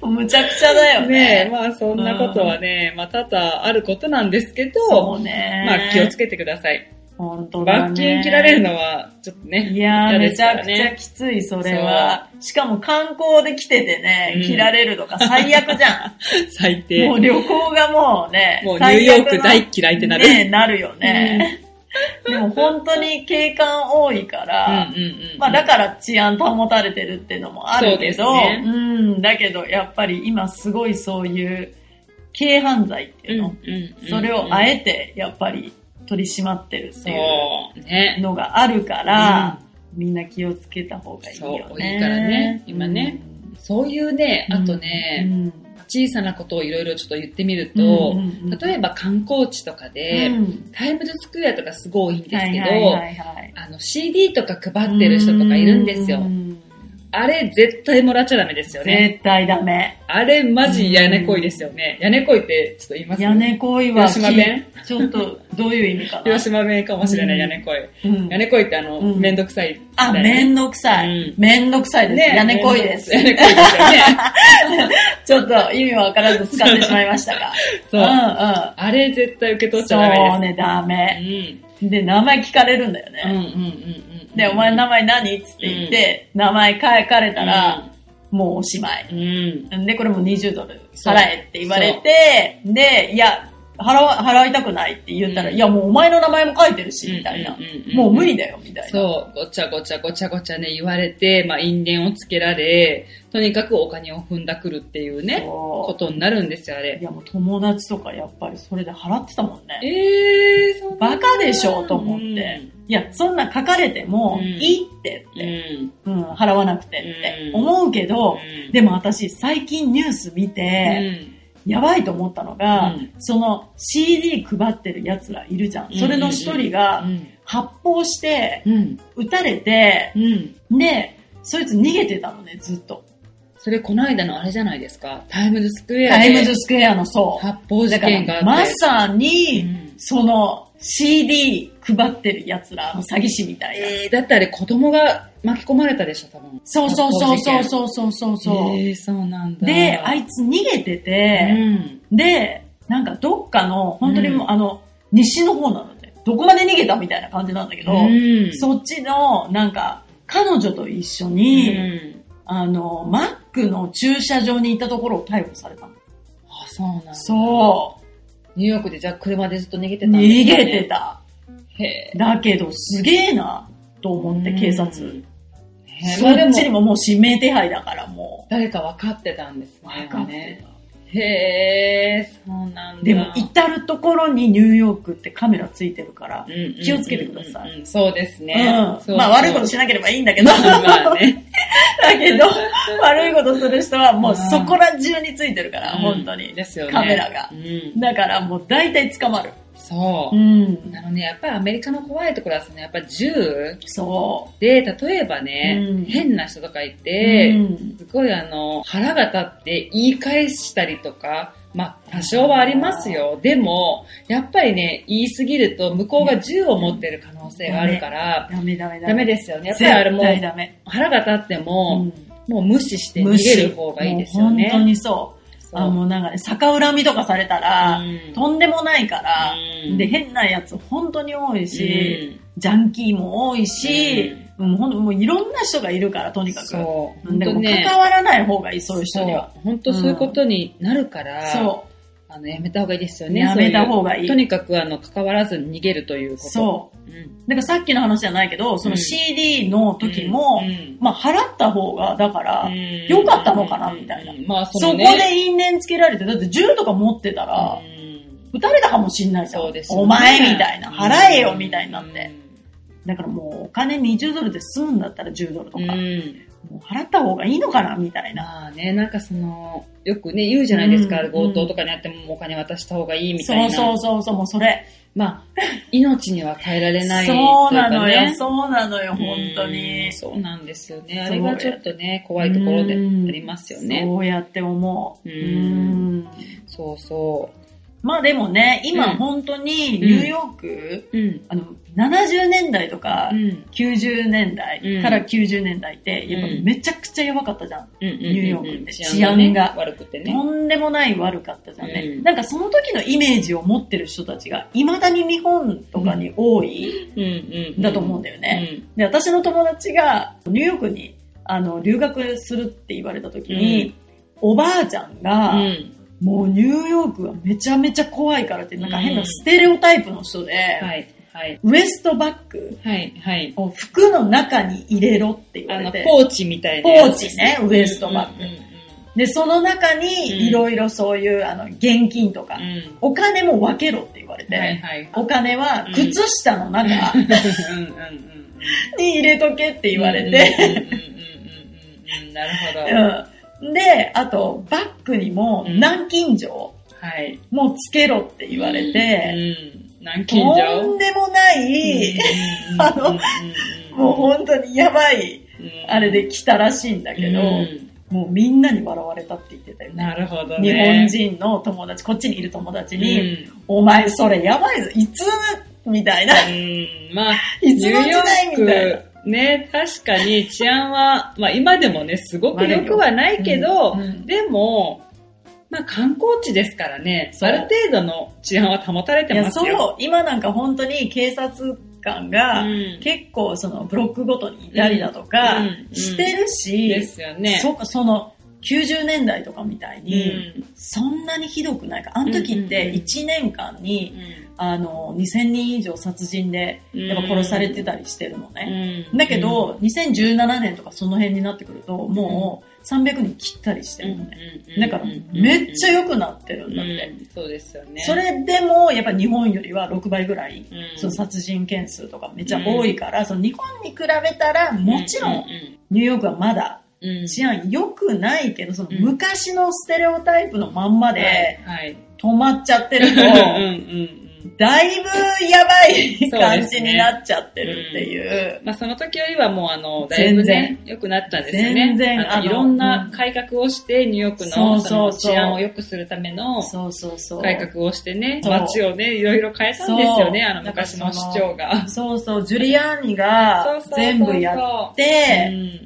Speaker 2: そう。むちゃくちゃだよね。
Speaker 1: ねえ、まあそんなことはね、まあ多々あることなんですけ
Speaker 2: そ
Speaker 1: ど
Speaker 2: う、ね。
Speaker 1: まあ気をつけてください。
Speaker 2: 本当だね。
Speaker 1: 罰金切られるのは、ちょっとね。
Speaker 2: いやー、
Speaker 1: 嫌
Speaker 2: め
Speaker 1: で
Speaker 2: ち
Speaker 1: すか
Speaker 2: ゃ
Speaker 1: ら
Speaker 2: く
Speaker 1: ね
Speaker 2: ちゃきつい、それは。しかも観光で来ててね
Speaker 1: うん、
Speaker 2: 切られるとか最悪 じゃん。
Speaker 1: 最低。
Speaker 2: もう旅行がもうね、
Speaker 1: もうニューヨーク大嫌いってなる
Speaker 2: ね、なるよね。でも本当に警官多いか
Speaker 1: うん
Speaker 2: ら、
Speaker 1: うんうん。
Speaker 2: まあだから治安保たれてるっていうのもあるけど、
Speaker 1: そうですね
Speaker 2: うん、だけどやっぱり今すごいそういう軽犯罪っていうの、それをあ
Speaker 1: え
Speaker 2: えてやっぱり取り締まってるっていう
Speaker 1: そう、ね。
Speaker 2: のがあるから、みんな気をつけた方がいいよね。
Speaker 1: そういいからね今ねそういうね、
Speaker 2: うん。
Speaker 1: あとね、
Speaker 2: うん、
Speaker 1: 小さなことをいろいろちょっと言ってみると、例え
Speaker 2: ば、
Speaker 1: ば観光地とかで、
Speaker 2: うん
Speaker 1: タイムズスクエアとかすごい多いんですけど、
Speaker 2: はいはいはいはい
Speaker 1: あの CD とか配ってる人とかいるんですよ
Speaker 2: う。ん
Speaker 1: あれ絶対もらっちゃダメですよね。
Speaker 2: 絶対ダメ。
Speaker 1: あれマジ屋根恋ですよね。屋根恋ってちょっと言います
Speaker 2: 屋根恋は、
Speaker 1: 広島弁
Speaker 2: きちょっと、どういう意味かな。
Speaker 1: 広島名かもしれな
Speaker 2: う
Speaker 1: い、
Speaker 2: ん
Speaker 1: 屋根恋。
Speaker 2: うん
Speaker 1: 屋根恋ってあの、
Speaker 2: うん
Speaker 1: めんどくさいみた
Speaker 2: あ、
Speaker 1: いなね、
Speaker 2: めんどくさい。
Speaker 1: う
Speaker 2: めんどくさいです。屋根恋です。
Speaker 1: 屋根恋ですよ ね。
Speaker 2: ちょっと意味わからず使ってしまいましたが。
Speaker 1: そう。
Speaker 2: ん
Speaker 1: あれ絶対受け取
Speaker 2: う
Speaker 1: っ
Speaker 2: ん。
Speaker 1: ち
Speaker 2: そ
Speaker 1: ゃダメです。
Speaker 2: うね、ダメ。
Speaker 1: う
Speaker 2: で、名前聞かれるんだよ
Speaker 1: ん。うん
Speaker 2: ね。
Speaker 1: うんうんうん。
Speaker 2: で、お前名前何っつって言って、名前書かれたら、、もうおしまい。
Speaker 1: うん。うん
Speaker 2: で、これも20ドル払えって言われて、で、いや、払わ払いたくないって言ったら、
Speaker 1: うん
Speaker 2: いや、もうお前の名前も書いてるし、みたいな
Speaker 1: うんうんうんう。ん
Speaker 2: もう無理だよ、みたいな。
Speaker 1: そう、ごちゃごちゃごちゃごちゃね、言われて、まあ、因縁をつけられ、とにかくお金を踏んだくるっていうね、こ
Speaker 2: そ
Speaker 1: とになるんですよ、あ
Speaker 2: う。い
Speaker 1: れ。
Speaker 2: や、もう友達とかやっぱりそれで払ってたもんね。
Speaker 1: えー、そんな
Speaker 2: バカでしょと思って。いや、そんな書かれても、
Speaker 1: うん
Speaker 2: いいって
Speaker 1: うん。
Speaker 2: って、
Speaker 1: うん
Speaker 2: うん、払わなくてって
Speaker 1: うん
Speaker 2: 思うけど、
Speaker 1: うん
Speaker 2: でも私最近ニュース見て、
Speaker 1: うん
Speaker 2: やばいと思ったのが、
Speaker 1: うん
Speaker 2: その CD 配ってるやつらいるじゃん。それの一人が
Speaker 1: う
Speaker 2: 発砲して、
Speaker 1: ん。
Speaker 2: 撃たれて、
Speaker 1: うん。
Speaker 2: で、そいつ逃げてたのね、ずっと。
Speaker 1: それこの間のあれじゃないですか。タイムズスクエア
Speaker 2: タ
Speaker 1: で。
Speaker 2: イムズスクエアのそう。
Speaker 1: 発砲事
Speaker 2: だか
Speaker 1: 件があって。
Speaker 2: ら、まさに、
Speaker 1: うん
Speaker 2: その CD 配ってる奴らの詐欺師みたいな。
Speaker 1: えーだってあれ子供が巻き込まれたでしょ、多分。
Speaker 2: そうそうそうそうそうそうそうそう。
Speaker 1: えーそうなんだ。
Speaker 2: で、あいつ逃げてて、
Speaker 1: うん。
Speaker 2: で、なんかどっかの、本当にもう、
Speaker 1: うん
Speaker 2: あの、西の方なのね。どこまで逃げたみたいな感じなんだけど、
Speaker 1: うん
Speaker 2: そっちの、なんか、彼女と一緒
Speaker 1: う
Speaker 2: に、
Speaker 1: ん。
Speaker 2: あの、マックの駐車場にいたところを逮捕されたの。
Speaker 1: あ、そうなんだ。
Speaker 2: そ
Speaker 1: ニューヨークでじゃあ車でずっと逃げて
Speaker 2: う。
Speaker 1: たん
Speaker 2: 逃
Speaker 1: ですね
Speaker 2: げてた。
Speaker 1: へ
Speaker 2: だけど、すげえな、と
Speaker 1: ー
Speaker 2: 思って、警察。
Speaker 1: うんへー
Speaker 2: そ
Speaker 1: まあで
Speaker 2: っ
Speaker 1: も
Speaker 2: ちにももう指名手配だからも
Speaker 1: 誰か分かってたんです
Speaker 2: う。
Speaker 1: ね。
Speaker 2: 分かってた。
Speaker 1: へえ、そうなんだ。
Speaker 2: でも至るところにニューヨークってカメラついてるから、気をつけてください
Speaker 1: い。そうです
Speaker 2: う
Speaker 1: ね。
Speaker 2: ん
Speaker 1: そうそう
Speaker 2: まあ悪いことしなければいいんだけど、
Speaker 1: まあ
Speaker 2: だ
Speaker 1: ね。
Speaker 2: けど悪いことする人はもうそこら中についてるから、
Speaker 1: うん
Speaker 2: 本当に。
Speaker 1: ですよね。
Speaker 2: カメラが
Speaker 1: うん。
Speaker 2: だからもう大体捕まる。
Speaker 1: そうう。
Speaker 2: ん。
Speaker 1: あのね、やっぱりアメリカの怖いところはそのやっぱ銃
Speaker 2: そ
Speaker 1: で、例えばね、
Speaker 2: うん。
Speaker 1: 変な人とかいうて、
Speaker 2: うん
Speaker 1: すごいあの、腹が立って言い返したりとか、まあ、多少はありますよ。でも、やっぱりね、言いすぎると、向こうが銃を持ってる可能性があるから、
Speaker 2: ダメダメダメ。
Speaker 1: ダメですよね。やっぱりあれも
Speaker 2: 絶、対ダメ。
Speaker 1: 腹が立って
Speaker 2: う
Speaker 1: も、
Speaker 2: ん
Speaker 1: もう無視して逃げる方がいいですよ
Speaker 2: もう本当
Speaker 1: ね。
Speaker 2: にそう。
Speaker 1: そう
Speaker 2: あもうなんかね、逆恨みとかされたら、
Speaker 1: うん
Speaker 2: とんでもないから、
Speaker 1: うん
Speaker 2: で、変なやつ本当に多いし、
Speaker 1: うん
Speaker 2: ジャンキーも多いし、うん、ほんともういろんな人がいるから、とにかく。
Speaker 1: そう。
Speaker 2: で
Speaker 1: 本当
Speaker 2: も
Speaker 1: ね
Speaker 2: 関わらない方がいい、そういう人には。
Speaker 1: そう本当そういうことになるか
Speaker 2: そう
Speaker 1: ら、あのやめた方がいいですよね。
Speaker 2: やめた方が
Speaker 1: そう
Speaker 2: い
Speaker 1: いう
Speaker 2: い。
Speaker 1: とにかくあの関わらずに逃げるということ。
Speaker 2: そう。
Speaker 1: うん。
Speaker 2: だからさっきの話じゃないけど、そうの
Speaker 1: ん
Speaker 2: CD の時も、
Speaker 1: うん
Speaker 2: まあ払った方が、だから、
Speaker 1: うん
Speaker 2: 良かったのかなみたいな
Speaker 1: うんまあ、そ
Speaker 2: そ
Speaker 1: の
Speaker 2: こ
Speaker 1: ね
Speaker 2: で因縁つけられて、だって銃とか持ってたら、
Speaker 1: うん
Speaker 2: 撃たれたかもしんないじゃん。
Speaker 1: そうですよね
Speaker 2: お前みたいな、払えよみたいになっ。
Speaker 1: う
Speaker 2: て。
Speaker 1: ん
Speaker 2: だからもうお金20ドルで済むんだったら10ドルとか、
Speaker 1: うん
Speaker 2: もう払った方がいいのかなみたいな。
Speaker 1: まあね、なんかその、よくね、言うじゃないですか、
Speaker 2: うん
Speaker 1: 強盗とかにあってもお金渡した方がいいみたい
Speaker 2: そ
Speaker 1: な。
Speaker 2: うそうそうそう、もうそれ。
Speaker 1: まあ、命には変えられないとい
Speaker 2: そう
Speaker 1: か
Speaker 2: なの
Speaker 1: ね
Speaker 2: よ、そうなのよ、本当
Speaker 1: う
Speaker 2: に
Speaker 1: ん。そうなんですよね。あ
Speaker 2: そう
Speaker 1: れ
Speaker 2: よ
Speaker 1: がちょっとね、怖いところでありますよね。
Speaker 2: そうやって思う。
Speaker 1: う
Speaker 2: うんん
Speaker 1: そうそ
Speaker 2: まあでもね、
Speaker 1: う
Speaker 2: 今
Speaker 1: ん
Speaker 2: 本当にニューヨーク、
Speaker 1: う。うん。
Speaker 2: あの、70年代とか
Speaker 1: う、ん。
Speaker 2: 90年代
Speaker 1: うん
Speaker 2: から90年代って、やっぱ
Speaker 1: うん
Speaker 2: めちゃくちゃやばかったじゃん。
Speaker 1: ニュ
Speaker 2: ーヨークって
Speaker 1: ね
Speaker 2: 治安が
Speaker 1: 悪くてね。
Speaker 2: とんでもない悪かったじゃんね。
Speaker 1: うん
Speaker 2: なんかその時のイメージを持ってる人たちが、未だに日本とかに多い
Speaker 1: うんうん
Speaker 2: んだと思うんだよね。で、私の友達がニューヨークにあの留学するって言われた時に、おばあちゃん
Speaker 1: う
Speaker 2: が、
Speaker 1: ん。うん。
Speaker 2: もうニューヨークはめちゃめちゃ怖いからって、なんか変なステレオタイプの人で、
Speaker 1: はい。はい。
Speaker 2: ウエストバッグ
Speaker 1: はい。はい。
Speaker 2: を服の中に入れろって言
Speaker 1: あ
Speaker 2: われ
Speaker 1: の、
Speaker 2: て、
Speaker 1: ポーチみたいな
Speaker 2: ポ
Speaker 1: や
Speaker 2: ー
Speaker 1: つで
Speaker 2: チ
Speaker 1: す。
Speaker 2: ね、ウエストバッグ。で、その中にいろいろそういう、あの、現金とか、
Speaker 1: うん。うんうん
Speaker 2: お金も分けろって言われて、
Speaker 1: はいはい。
Speaker 2: お金は靴下の 中
Speaker 1: うんうんうん。
Speaker 2: に入れとけって言われて、
Speaker 1: うんうんうんうんうんうん。なるほど。
Speaker 2: うんで、あと、バッグにも南京錠
Speaker 1: はい。
Speaker 2: もつけろって言われて、
Speaker 1: うん。南京
Speaker 2: と
Speaker 1: 錠
Speaker 2: んでもない、あのもう本当にやばい、
Speaker 1: うん
Speaker 2: あれで来たらしいんだけど、
Speaker 1: うん
Speaker 2: もうみんなに笑われたって言ってたよね。
Speaker 1: なるほど
Speaker 2: 日本
Speaker 1: ね。
Speaker 2: 人の友達、こっちにいる友達に、
Speaker 1: うん
Speaker 2: お前それやばいぞ、いつみたいな、
Speaker 1: うんまあ、
Speaker 2: い
Speaker 1: ニ
Speaker 2: つ
Speaker 1: ュー
Speaker 2: の時
Speaker 1: ヨ
Speaker 2: 代みたいな
Speaker 1: ー。ク、ね、確かに治安は、まあ今でもね、すごく良くはないけど、
Speaker 2: うんうん
Speaker 1: でも、まあ観光地ですからね、
Speaker 2: そう
Speaker 1: ある程度の治安は保たれ
Speaker 2: い
Speaker 1: てま
Speaker 2: や、
Speaker 1: すよ。
Speaker 2: そう、今なんか本当に警察官が、
Speaker 1: うん
Speaker 2: 結構そのブロックごとにいたりだとか
Speaker 1: うん
Speaker 2: してるし、
Speaker 1: ですよね。
Speaker 2: そその90年代とかみたいうに、
Speaker 1: ん
Speaker 2: そんなにひどくないか。あの時っ
Speaker 1: うんう
Speaker 2: て
Speaker 1: んうん
Speaker 2: 1年間に、あの、2000人以上殺人で、
Speaker 1: うん
Speaker 2: やっぱ殺されてたりしてるの
Speaker 1: う
Speaker 2: ね。
Speaker 1: ん
Speaker 2: だけ、ど、2017年とかその辺になってくると、もう300人切ったりして
Speaker 1: うん
Speaker 2: る
Speaker 1: う
Speaker 2: の
Speaker 1: ん
Speaker 2: ね。
Speaker 1: うん
Speaker 2: だから、めっちゃ良くなってる
Speaker 1: うん
Speaker 2: んだって。
Speaker 1: うんそうですよね。
Speaker 2: それでも、やっぱ日本よりは6倍ぐらい、
Speaker 1: うん、
Speaker 2: その殺人件数とかめっちゃ多いから、その日本に比べたら、もちろ
Speaker 1: うん
Speaker 2: ニューヨークはまだ
Speaker 1: うん
Speaker 2: 治安良くないけど、その
Speaker 1: うん
Speaker 2: 昔のステレオタイプのまんまで
Speaker 1: はい。
Speaker 2: 止まっちゃっ て
Speaker 1: うん
Speaker 2: る
Speaker 1: う
Speaker 2: と、
Speaker 1: んうん。
Speaker 2: だいぶやばい
Speaker 1: そうで
Speaker 2: 感
Speaker 1: す
Speaker 2: じ
Speaker 1: ね
Speaker 2: になっちゃってるっていう。
Speaker 1: まあ、その時よりはもう、あの、だいぶね、良くなったんですよね。
Speaker 2: 全然
Speaker 1: あ
Speaker 2: あ
Speaker 1: の
Speaker 2: の
Speaker 1: いろんな改革をして、ニューヨーク
Speaker 2: そ
Speaker 1: の
Speaker 2: うそう
Speaker 1: そ
Speaker 2: そう
Speaker 1: の治安を良くするための
Speaker 2: そうそうそう。
Speaker 1: 改革をしてね、
Speaker 2: そう
Speaker 1: 街をね、いろいろ変えたんですよね、
Speaker 2: そう
Speaker 1: あの、昔の市長が。
Speaker 2: そうそう、ジュリアーニが全部やっ、
Speaker 1: って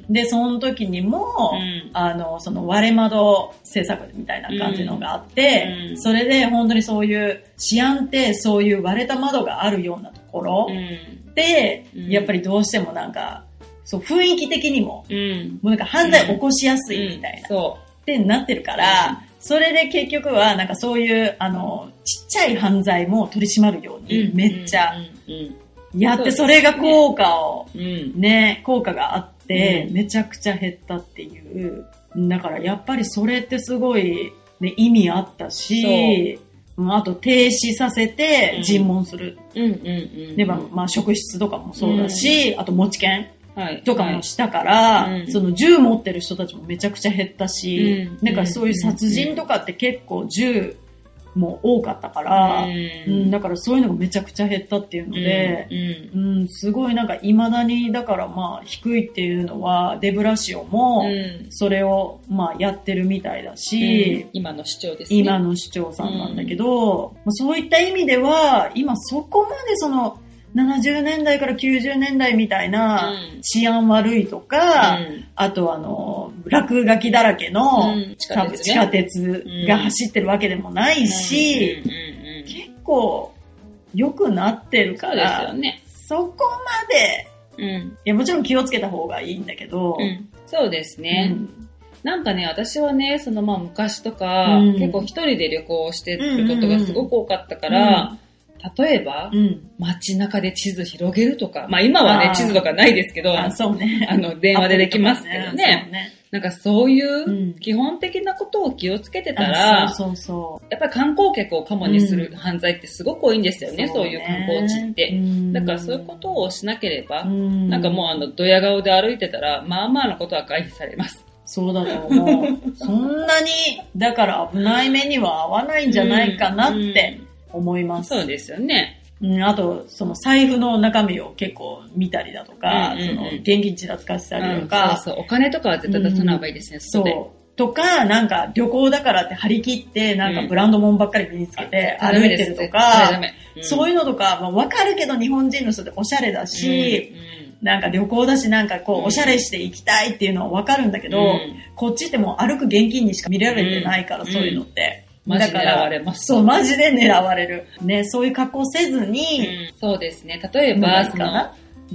Speaker 1: うん
Speaker 2: で、その時にも、
Speaker 1: うん
Speaker 2: あの、その割れ窓政策みたいな感じのがあって、
Speaker 1: うん
Speaker 2: それで本当にそういう、治安ってそういう割れた窓があるようなところで、
Speaker 1: うん
Speaker 2: やっぱりどうしてもなんか、そう、雰囲気的にも、
Speaker 1: うん。
Speaker 2: もうなんか犯罪起こしやすいみたいな。
Speaker 1: うんそ
Speaker 2: ってなってるから、それで結局は、なんかそういう、あの、ちっちゃい犯罪も取り締まるよう
Speaker 1: う。う
Speaker 2: に
Speaker 1: ん
Speaker 2: めっちゃ。
Speaker 1: うん
Speaker 2: やっ
Speaker 1: そうで
Speaker 2: て、
Speaker 1: す
Speaker 2: それが効果を、
Speaker 1: うんうん。
Speaker 2: ね、効果があって
Speaker 1: う、ん
Speaker 2: めちゃくちゃ減ったっていう。だからやっぱりそれってすごい、ね、意味あったし、うんあと停止させ
Speaker 1: う
Speaker 2: て
Speaker 1: ん
Speaker 2: 尋問する。
Speaker 1: うんうんうん。
Speaker 2: でまあまあ職質とかもそうだし、あと持ち券
Speaker 1: はい。
Speaker 2: とかもしたから、
Speaker 1: うん
Speaker 2: その銃持ってる人たちもめちゃくちゃ減ったし、
Speaker 1: うん
Speaker 2: なんかそういう殺人とかって結構銃も多かったから、
Speaker 1: はい、
Speaker 2: うん
Speaker 1: うん
Speaker 2: だからそういうのがめちゃくちゃ減ったっていうので、
Speaker 1: うんうん
Speaker 2: うんすごいなんか未だにだからまあ低いっていうのはデブラシオも
Speaker 1: うん
Speaker 2: それをまあやってるみたいだし、
Speaker 1: 今の市長ですね。
Speaker 2: 今の市長さんなんだけど、まあそういった意味では今そこまでその70年代から90年代みたいな、
Speaker 1: うん
Speaker 2: 治安悪いとか、あとあの、落書きだらけの、
Speaker 1: うん地
Speaker 2: 多
Speaker 1: 下
Speaker 2: 分
Speaker 1: 鉄
Speaker 2: 地下
Speaker 1: ね
Speaker 2: 鉄が走ってるわけでもないし、
Speaker 1: うんうんうんうん
Speaker 2: 結構良くなってる
Speaker 1: そ
Speaker 2: か
Speaker 1: うですよ
Speaker 2: ら、
Speaker 1: ね。
Speaker 2: そこまで、
Speaker 1: うん
Speaker 2: いやもちろん気をつけた方がいいんだけど、
Speaker 1: うんそうです
Speaker 2: う
Speaker 1: ね。
Speaker 2: ん
Speaker 1: なんかね、私はね、そのまあ昔とか、
Speaker 2: うん
Speaker 1: 結構一人で旅行をしてることがすごく多かったから、例えば、
Speaker 2: うん
Speaker 1: 街中で地図広げるとか、まあ今はね
Speaker 2: あ、ー
Speaker 1: 地図とかないですけど、
Speaker 2: あ、
Speaker 1: あ
Speaker 2: そうね。
Speaker 1: の、電話でできますけどね。なんかそう
Speaker 2: ア
Speaker 1: い
Speaker 2: プリとかね。そう
Speaker 1: う
Speaker 2: ね
Speaker 1: 基本的なことを気をつけて
Speaker 2: うん
Speaker 1: たら、
Speaker 2: あそうそうそう。
Speaker 1: やっぱり観光客をカモにする犯罪ってすごく多いんですよね、そういう観光地って。だからそういうことをしなければ、な
Speaker 2: なん
Speaker 1: かもうあの、ドヤ顔で歩いてたら、まあまあのことは回避されます。
Speaker 2: そうだと思う。そんなに、だから危ない目には合わないんじゃないかなって思います。
Speaker 1: そうですよね。
Speaker 2: うん、あと、その財布の中身を結構見たりだとか、
Speaker 1: うんうんうん
Speaker 2: その現金ちらつかせたりとか、
Speaker 1: うんそうそう。お金とかは絶対出さない方がいいですね、
Speaker 2: そ
Speaker 1: 外
Speaker 2: う
Speaker 1: で。
Speaker 2: とか、なんか旅行だからって張り切って、なん
Speaker 1: う
Speaker 2: か
Speaker 1: ん
Speaker 2: ブランド物ばっかり身につけて
Speaker 1: ダ
Speaker 2: 歩
Speaker 1: メ
Speaker 2: い
Speaker 1: で
Speaker 2: て
Speaker 1: す
Speaker 2: ると
Speaker 1: ダ
Speaker 2: か、
Speaker 1: メうん
Speaker 2: そういうのとか、まあわかるけど日本人の人っておしゃれだし、
Speaker 1: うん
Speaker 2: なんか旅行だし、なんかこ
Speaker 1: うん
Speaker 2: う、おしゃれして行きたいっていうのはわかるんだけど、
Speaker 1: うん
Speaker 2: こっちってもう歩く現金にしか見られてないから、
Speaker 1: うん
Speaker 2: そういうのって。
Speaker 1: マジ
Speaker 2: だ
Speaker 1: 狙
Speaker 2: から
Speaker 1: われます。
Speaker 2: そう、マジで狙われる。ね、そういう格好せず
Speaker 1: う
Speaker 2: に、
Speaker 1: んそうですね。例えば、その、わ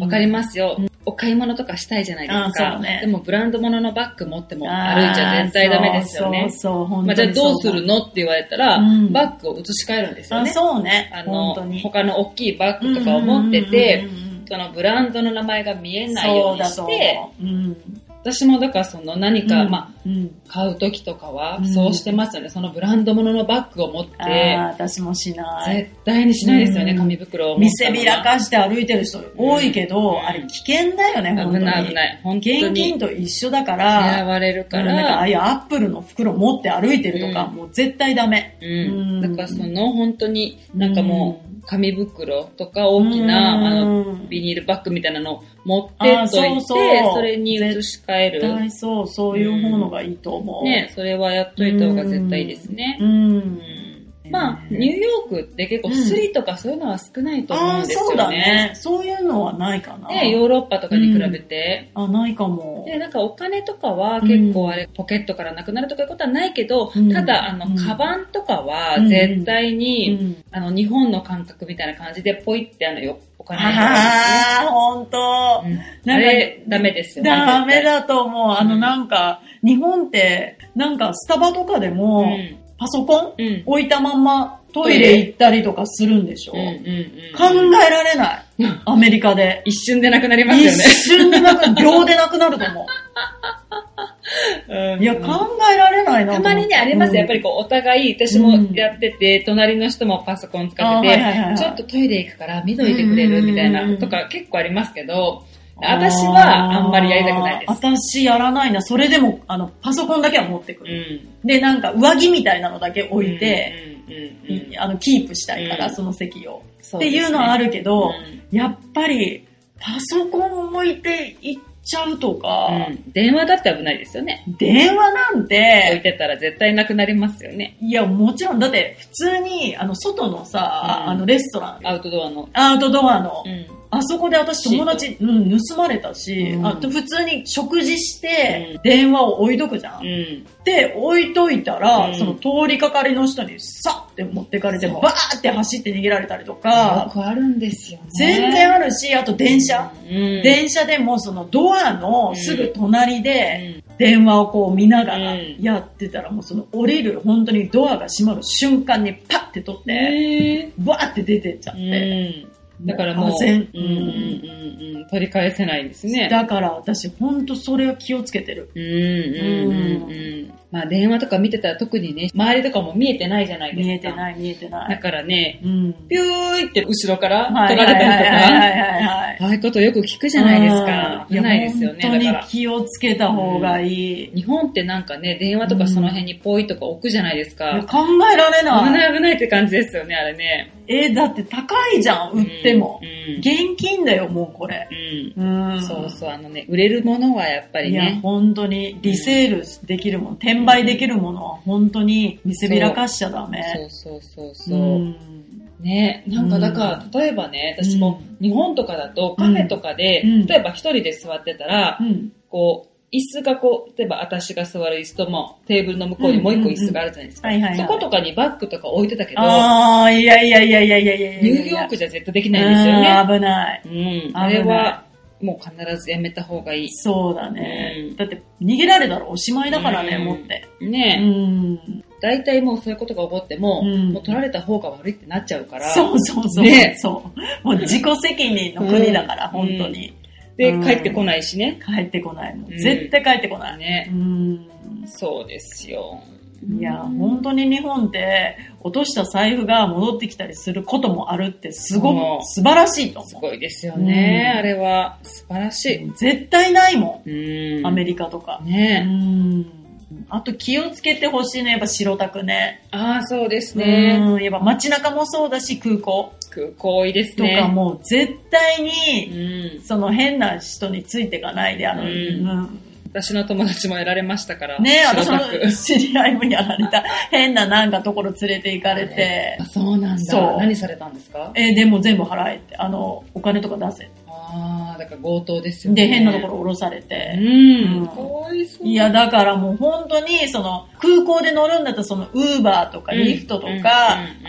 Speaker 1: かり
Speaker 2: ま
Speaker 1: ますよ。お買い物とかしたいじゃないです
Speaker 2: あー
Speaker 1: か。
Speaker 2: そうね
Speaker 1: でもブランド物のバッグ持っても歩いちゃ絶対ダメですよね。
Speaker 2: そうそう、本
Speaker 1: ま
Speaker 2: 当
Speaker 1: あ、
Speaker 2: に
Speaker 1: じゃ
Speaker 2: そう。
Speaker 1: あどうするのって言われたら、
Speaker 2: うん
Speaker 1: バッグを移し替えるんですよ
Speaker 2: あ
Speaker 1: ね。
Speaker 2: そうね。
Speaker 1: あ
Speaker 2: 本当
Speaker 1: の、
Speaker 2: に。
Speaker 1: 他の大きいバッグとかを持ってて、
Speaker 2: うんうんうんうん、
Speaker 1: そのブランドの名前が見えないようにして、
Speaker 2: そうだと思う、うん
Speaker 1: 私もだからその何か、
Speaker 2: うん
Speaker 1: ま
Speaker 2: うん
Speaker 1: あ、買う時とかは
Speaker 2: う、ん
Speaker 1: そうしてますよね。そのブランド物のバッグを持って
Speaker 2: あ、ー私もしない。
Speaker 1: 絶対にしないですよね、
Speaker 2: うん
Speaker 1: 紙袋を持
Speaker 2: 見
Speaker 1: った
Speaker 2: せ
Speaker 1: まま。
Speaker 2: びらかして歩いてる人多いけ
Speaker 1: う
Speaker 2: ど、
Speaker 1: ん
Speaker 2: あれ危険だよね、本当
Speaker 1: 危
Speaker 2: に。
Speaker 1: ない危ない。本当
Speaker 2: 現
Speaker 1: に
Speaker 2: 金と一緒だか
Speaker 1: 狙
Speaker 2: ら、
Speaker 1: われるか
Speaker 2: なんかあ
Speaker 1: ら
Speaker 2: あ、いうアップルの袋持って歩いてるとか、
Speaker 1: うん
Speaker 2: もう絶対ダメ。
Speaker 1: うん。
Speaker 2: うん
Speaker 1: だからその本当になんかもう、紙袋とか大き
Speaker 2: うん
Speaker 1: な、あの、ビニールバッグみたいなのを持ってっとい
Speaker 2: あ
Speaker 1: て、
Speaker 2: ー
Speaker 1: そ
Speaker 2: そうそう
Speaker 1: れに移し替え
Speaker 2: 絶
Speaker 1: る。
Speaker 2: 対そう、そういう方のがいいと思う。
Speaker 1: ね、それはやっといた方が絶対いいですね
Speaker 2: う。。
Speaker 1: うんんまあ、ニューヨークって結構スリとかそういうのは少ないと思
Speaker 2: あ
Speaker 1: う
Speaker 2: あ、
Speaker 1: んです
Speaker 2: そう
Speaker 1: よ
Speaker 2: だ
Speaker 1: ね。
Speaker 2: ね。そういうのはないかな。
Speaker 1: ね、ヨーロッパとかに比べて。
Speaker 2: あ、ないかも。
Speaker 1: で、なんかお金とかは結構あれ、ポケットからなくなるとかいうことはないけど、
Speaker 2: うん
Speaker 1: ただ、あ
Speaker 2: う
Speaker 1: の、
Speaker 2: ん
Speaker 1: カバンとかは絶対に、
Speaker 2: うん
Speaker 1: あの、日本の感覚みたいな感じで、ポイってあの、よ、お金が
Speaker 2: ああ、ほんと。
Speaker 1: うん
Speaker 2: か
Speaker 1: あれ、ダメですよね。
Speaker 2: ダメだと思う。あの、なんか、日本って、なんか、スタバとかで
Speaker 1: う
Speaker 2: も、
Speaker 1: ん。
Speaker 2: パソコン
Speaker 1: うん。うん。
Speaker 2: 置いたまんま、トイレ行ったりとかするんでしょ、
Speaker 1: うんうん。
Speaker 2: 考えられない。アメリカで。
Speaker 1: 一瞬でなくなります
Speaker 2: 一
Speaker 1: よね。
Speaker 2: 瞬でなく、秒でなくなると思
Speaker 1: う
Speaker 2: う。
Speaker 1: ん
Speaker 2: いや、考えられないな。
Speaker 1: たまにね、ありますよ。やっぱりこう、お互い、私もやってて、隣の人もパソコン使ってて、ちょっ
Speaker 2: と、
Speaker 1: とトイレ行くから見といてくれるみたいなとか結構ありますけど、私はあんまりやりたくないです
Speaker 2: あー私やらないな。それでも、あの、パソコンだけは持ってく
Speaker 1: う
Speaker 2: る。
Speaker 1: ん。
Speaker 2: で、なんか上着みたいなのだけ置いて、
Speaker 1: うん、うん、うんうん。
Speaker 2: いあの、キープしたいから、
Speaker 1: うん
Speaker 2: その席を。
Speaker 1: そ
Speaker 2: っていうのはあ
Speaker 1: る
Speaker 2: るけど、やっぱり、パソコンを向いていっちゃうとか、
Speaker 1: うん、電話だって危ないですよね。
Speaker 2: 電話なん
Speaker 1: 置い
Speaker 2: て、
Speaker 1: てたら絶対なくなりますよね。
Speaker 2: いや、もちろん、だって、普通に、あの、外のさ、
Speaker 1: うん
Speaker 2: あの、レストラン、
Speaker 1: アウトドアの。
Speaker 2: アウトドアの、
Speaker 1: うん。
Speaker 2: あそこで私友達、うん、盗まれたし、
Speaker 1: うん
Speaker 2: あと普通に食事して、
Speaker 1: う
Speaker 2: 電話を置いとくじゃ
Speaker 1: う
Speaker 2: ん。
Speaker 1: ん。
Speaker 2: で、置いといたら、
Speaker 1: うん
Speaker 2: その通りかかりの人にさって持ってかれて、
Speaker 1: そ
Speaker 2: バ
Speaker 1: う
Speaker 2: ーって走って逃げられたりとか、
Speaker 1: くあるんですよね
Speaker 2: 全然あるし、あと電車。
Speaker 1: うん。
Speaker 2: 電車でもそのドアのすぐ隣で
Speaker 1: うん
Speaker 2: 電話をこう見ながら
Speaker 1: うん
Speaker 2: やってたらもうその降りる本当にドアが閉まる瞬間にパッて取って、
Speaker 1: ね
Speaker 2: バーって出てっちゃっ
Speaker 1: う
Speaker 2: て。
Speaker 1: ん。だからもう、
Speaker 2: あ全
Speaker 1: うんうんうんうん、取り返せないんですね。
Speaker 2: だから私本当それは気をつけてる。
Speaker 1: うんうんうんうん。まあ電話とか見てたら特にね、周りとかも見えてないじゃないですか。
Speaker 2: 見えて
Speaker 1: い。
Speaker 2: ない見えてな
Speaker 1: だ
Speaker 2: い。
Speaker 1: からね、
Speaker 2: うん。
Speaker 1: ピューイって後ろから
Speaker 2: はい
Speaker 1: 取られたりと
Speaker 2: は
Speaker 1: か、
Speaker 2: いはいはいはいはい。
Speaker 1: ああいうことよく聞くじゃないですか。
Speaker 2: うん
Speaker 1: 危ないですよ
Speaker 2: い
Speaker 1: ね。だか
Speaker 2: や本当
Speaker 1: ら
Speaker 2: に。気をつけた方がいい。
Speaker 1: 日本ってなんかね、電話とかその辺にポイとか置くじゃないです
Speaker 2: いや
Speaker 1: か。
Speaker 2: 考えられ
Speaker 1: 危
Speaker 2: ない。
Speaker 1: ない危ないって感じですよね、あれね。
Speaker 2: え、だって高いじゃん、売っても
Speaker 1: う。ん。
Speaker 2: 現金だよ、もうこれ。
Speaker 1: うん
Speaker 2: うん。
Speaker 1: そうそう、あのね、売れるものはやっぱり
Speaker 2: いや、
Speaker 1: ね、
Speaker 2: 本当に、リセールできるもの、転売できるものは本当に見せびらかしちゃダメ。
Speaker 1: そうそうそう
Speaker 2: う
Speaker 1: そう。
Speaker 2: ん
Speaker 1: ね、なんかだから、例えばね、私も日本とかだとカフェとかで、
Speaker 2: うん
Speaker 1: 例えば一人で座ってたら、
Speaker 2: うん。
Speaker 1: こう、椅子がこう、例えば私が座る椅子とも、テーブルの向こうにもう一個椅子があるじゃないですか
Speaker 2: うんうんうんはい。
Speaker 1: そ
Speaker 2: はいはい
Speaker 1: ことかにバッグとか置いてたけど、
Speaker 2: ああ、いやいやいやいやいやいやい
Speaker 1: ニ
Speaker 2: や
Speaker 1: ューヨークじゃ絶対できないんですよね。
Speaker 2: うん危ない。
Speaker 1: うん。
Speaker 2: ない
Speaker 1: あれは、もう必ずやめた方がいい。
Speaker 2: そうだね。
Speaker 1: うん
Speaker 2: だって、逃げられたらおしまいだからね、
Speaker 1: うん
Speaker 2: 持って。う
Speaker 1: ね、
Speaker 2: ん。
Speaker 1: 大体もうそういうことが起こっても、
Speaker 2: うん
Speaker 1: もう取られた方が悪いってなっちゃうから、
Speaker 2: そうそうそう。
Speaker 1: ね
Speaker 2: そう。もう自己責任の国だから、
Speaker 1: うん
Speaker 2: 本当に。
Speaker 1: で
Speaker 2: う、ん
Speaker 1: 帰ってこないしね。
Speaker 2: 帰ってこないもん。
Speaker 1: うん
Speaker 2: 絶対帰ってこない。
Speaker 1: ね
Speaker 2: う。ん。
Speaker 1: そうですよ。
Speaker 2: いや、
Speaker 1: うん
Speaker 2: 本当に日本って、落とした財布が戻ってきたりすることもあるって、す
Speaker 1: そ
Speaker 2: ご
Speaker 1: う
Speaker 2: く素晴らしいと
Speaker 1: す
Speaker 2: 思
Speaker 1: ごいですよね、
Speaker 2: うん
Speaker 1: あれは。素晴らし
Speaker 2: う。絶対ないも。
Speaker 1: い。うん
Speaker 2: アメリカとか。う
Speaker 1: ね
Speaker 2: ん。あと気をつけてほしいね、やっぱ白タクね。
Speaker 1: ああ、そうですね。
Speaker 2: うん。やっぱ街中もそうだし、空港
Speaker 1: 空港いいです
Speaker 2: とか
Speaker 1: ね。
Speaker 2: もう絶対
Speaker 1: う
Speaker 2: に、
Speaker 1: ん、
Speaker 2: その変な人についていかないで、あの、
Speaker 1: うん
Speaker 2: うん
Speaker 1: 私の友達もやられましたから。
Speaker 2: ねえ、
Speaker 1: 白
Speaker 2: 私
Speaker 1: タク
Speaker 2: の知り合いもや られた。変ななんかところ連れて行かれて
Speaker 1: あ、そうなん
Speaker 2: そ
Speaker 1: だ。
Speaker 2: う
Speaker 1: 何されたんですか
Speaker 2: え、でも全部払えって、あの、お金とか出せ。
Speaker 1: ああ、だから強盗ですよね。
Speaker 2: で、変なところ降ろされ
Speaker 1: う
Speaker 2: て。
Speaker 1: ん。
Speaker 2: うん
Speaker 1: かわいそう。
Speaker 2: いや、だからもう本当に、その、空港で乗るんだったら、その、ウーバーとか、
Speaker 1: うん
Speaker 2: リフトとか
Speaker 1: うんう、ん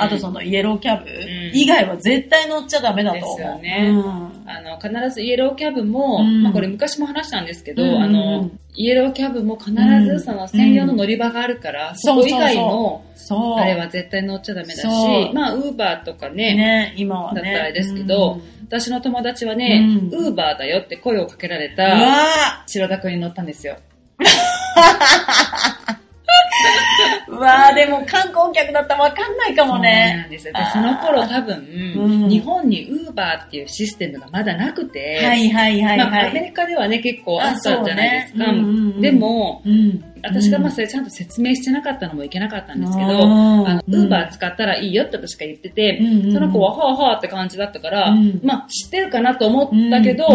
Speaker 2: あとその、イエローキャブ
Speaker 1: ん
Speaker 2: 以外は絶対乗っちゃダメだと
Speaker 1: ですよ
Speaker 2: 思う。
Speaker 1: ね
Speaker 2: うん
Speaker 1: あの、必ずイエローキャブも、
Speaker 2: うん
Speaker 1: まあこれ昔も話したんですけど、
Speaker 2: うんうんうん
Speaker 1: あの、イエローキャブも必
Speaker 2: うん
Speaker 1: ずその専用の乗り場があるから、そこ以外の
Speaker 2: そう。
Speaker 1: あれは絶対乗っちゃダメだ
Speaker 2: そ
Speaker 1: し、
Speaker 2: う
Speaker 1: まあウーバーとかね、
Speaker 2: ね、今はね。
Speaker 1: だったらあれですけど
Speaker 2: うん
Speaker 1: 私の友達はね、
Speaker 2: うん
Speaker 1: ウーバーだよって声をかけられ
Speaker 2: う
Speaker 1: た
Speaker 2: わ
Speaker 1: 白田君に乗ったんですよ。
Speaker 2: ーうわーでも観光客だったらわかんないかも
Speaker 1: そう
Speaker 2: ね。
Speaker 1: なんですよ。
Speaker 2: あ
Speaker 1: で、
Speaker 2: ー
Speaker 1: その頃多分、
Speaker 2: うん
Speaker 1: 日本にウーバーっていうシステムがまだなくて、
Speaker 2: はいはいはい
Speaker 1: ま
Speaker 2: は
Speaker 1: あ、アメ
Speaker 2: い。
Speaker 1: リカではね、結構あったじゃないです
Speaker 2: あ
Speaker 1: か。
Speaker 2: そうねうんうんうん
Speaker 1: でも、
Speaker 2: うん
Speaker 1: 私がまあそ
Speaker 2: れ
Speaker 1: れちゃんと説明してなかったのもいけなかったんですけど、あの
Speaker 2: あ、
Speaker 1: ウーバー使ったらいいよって私が言ってて、その子は、はあはあって感じだったから、
Speaker 2: うん
Speaker 1: まあ知ってるかなと思ったけど、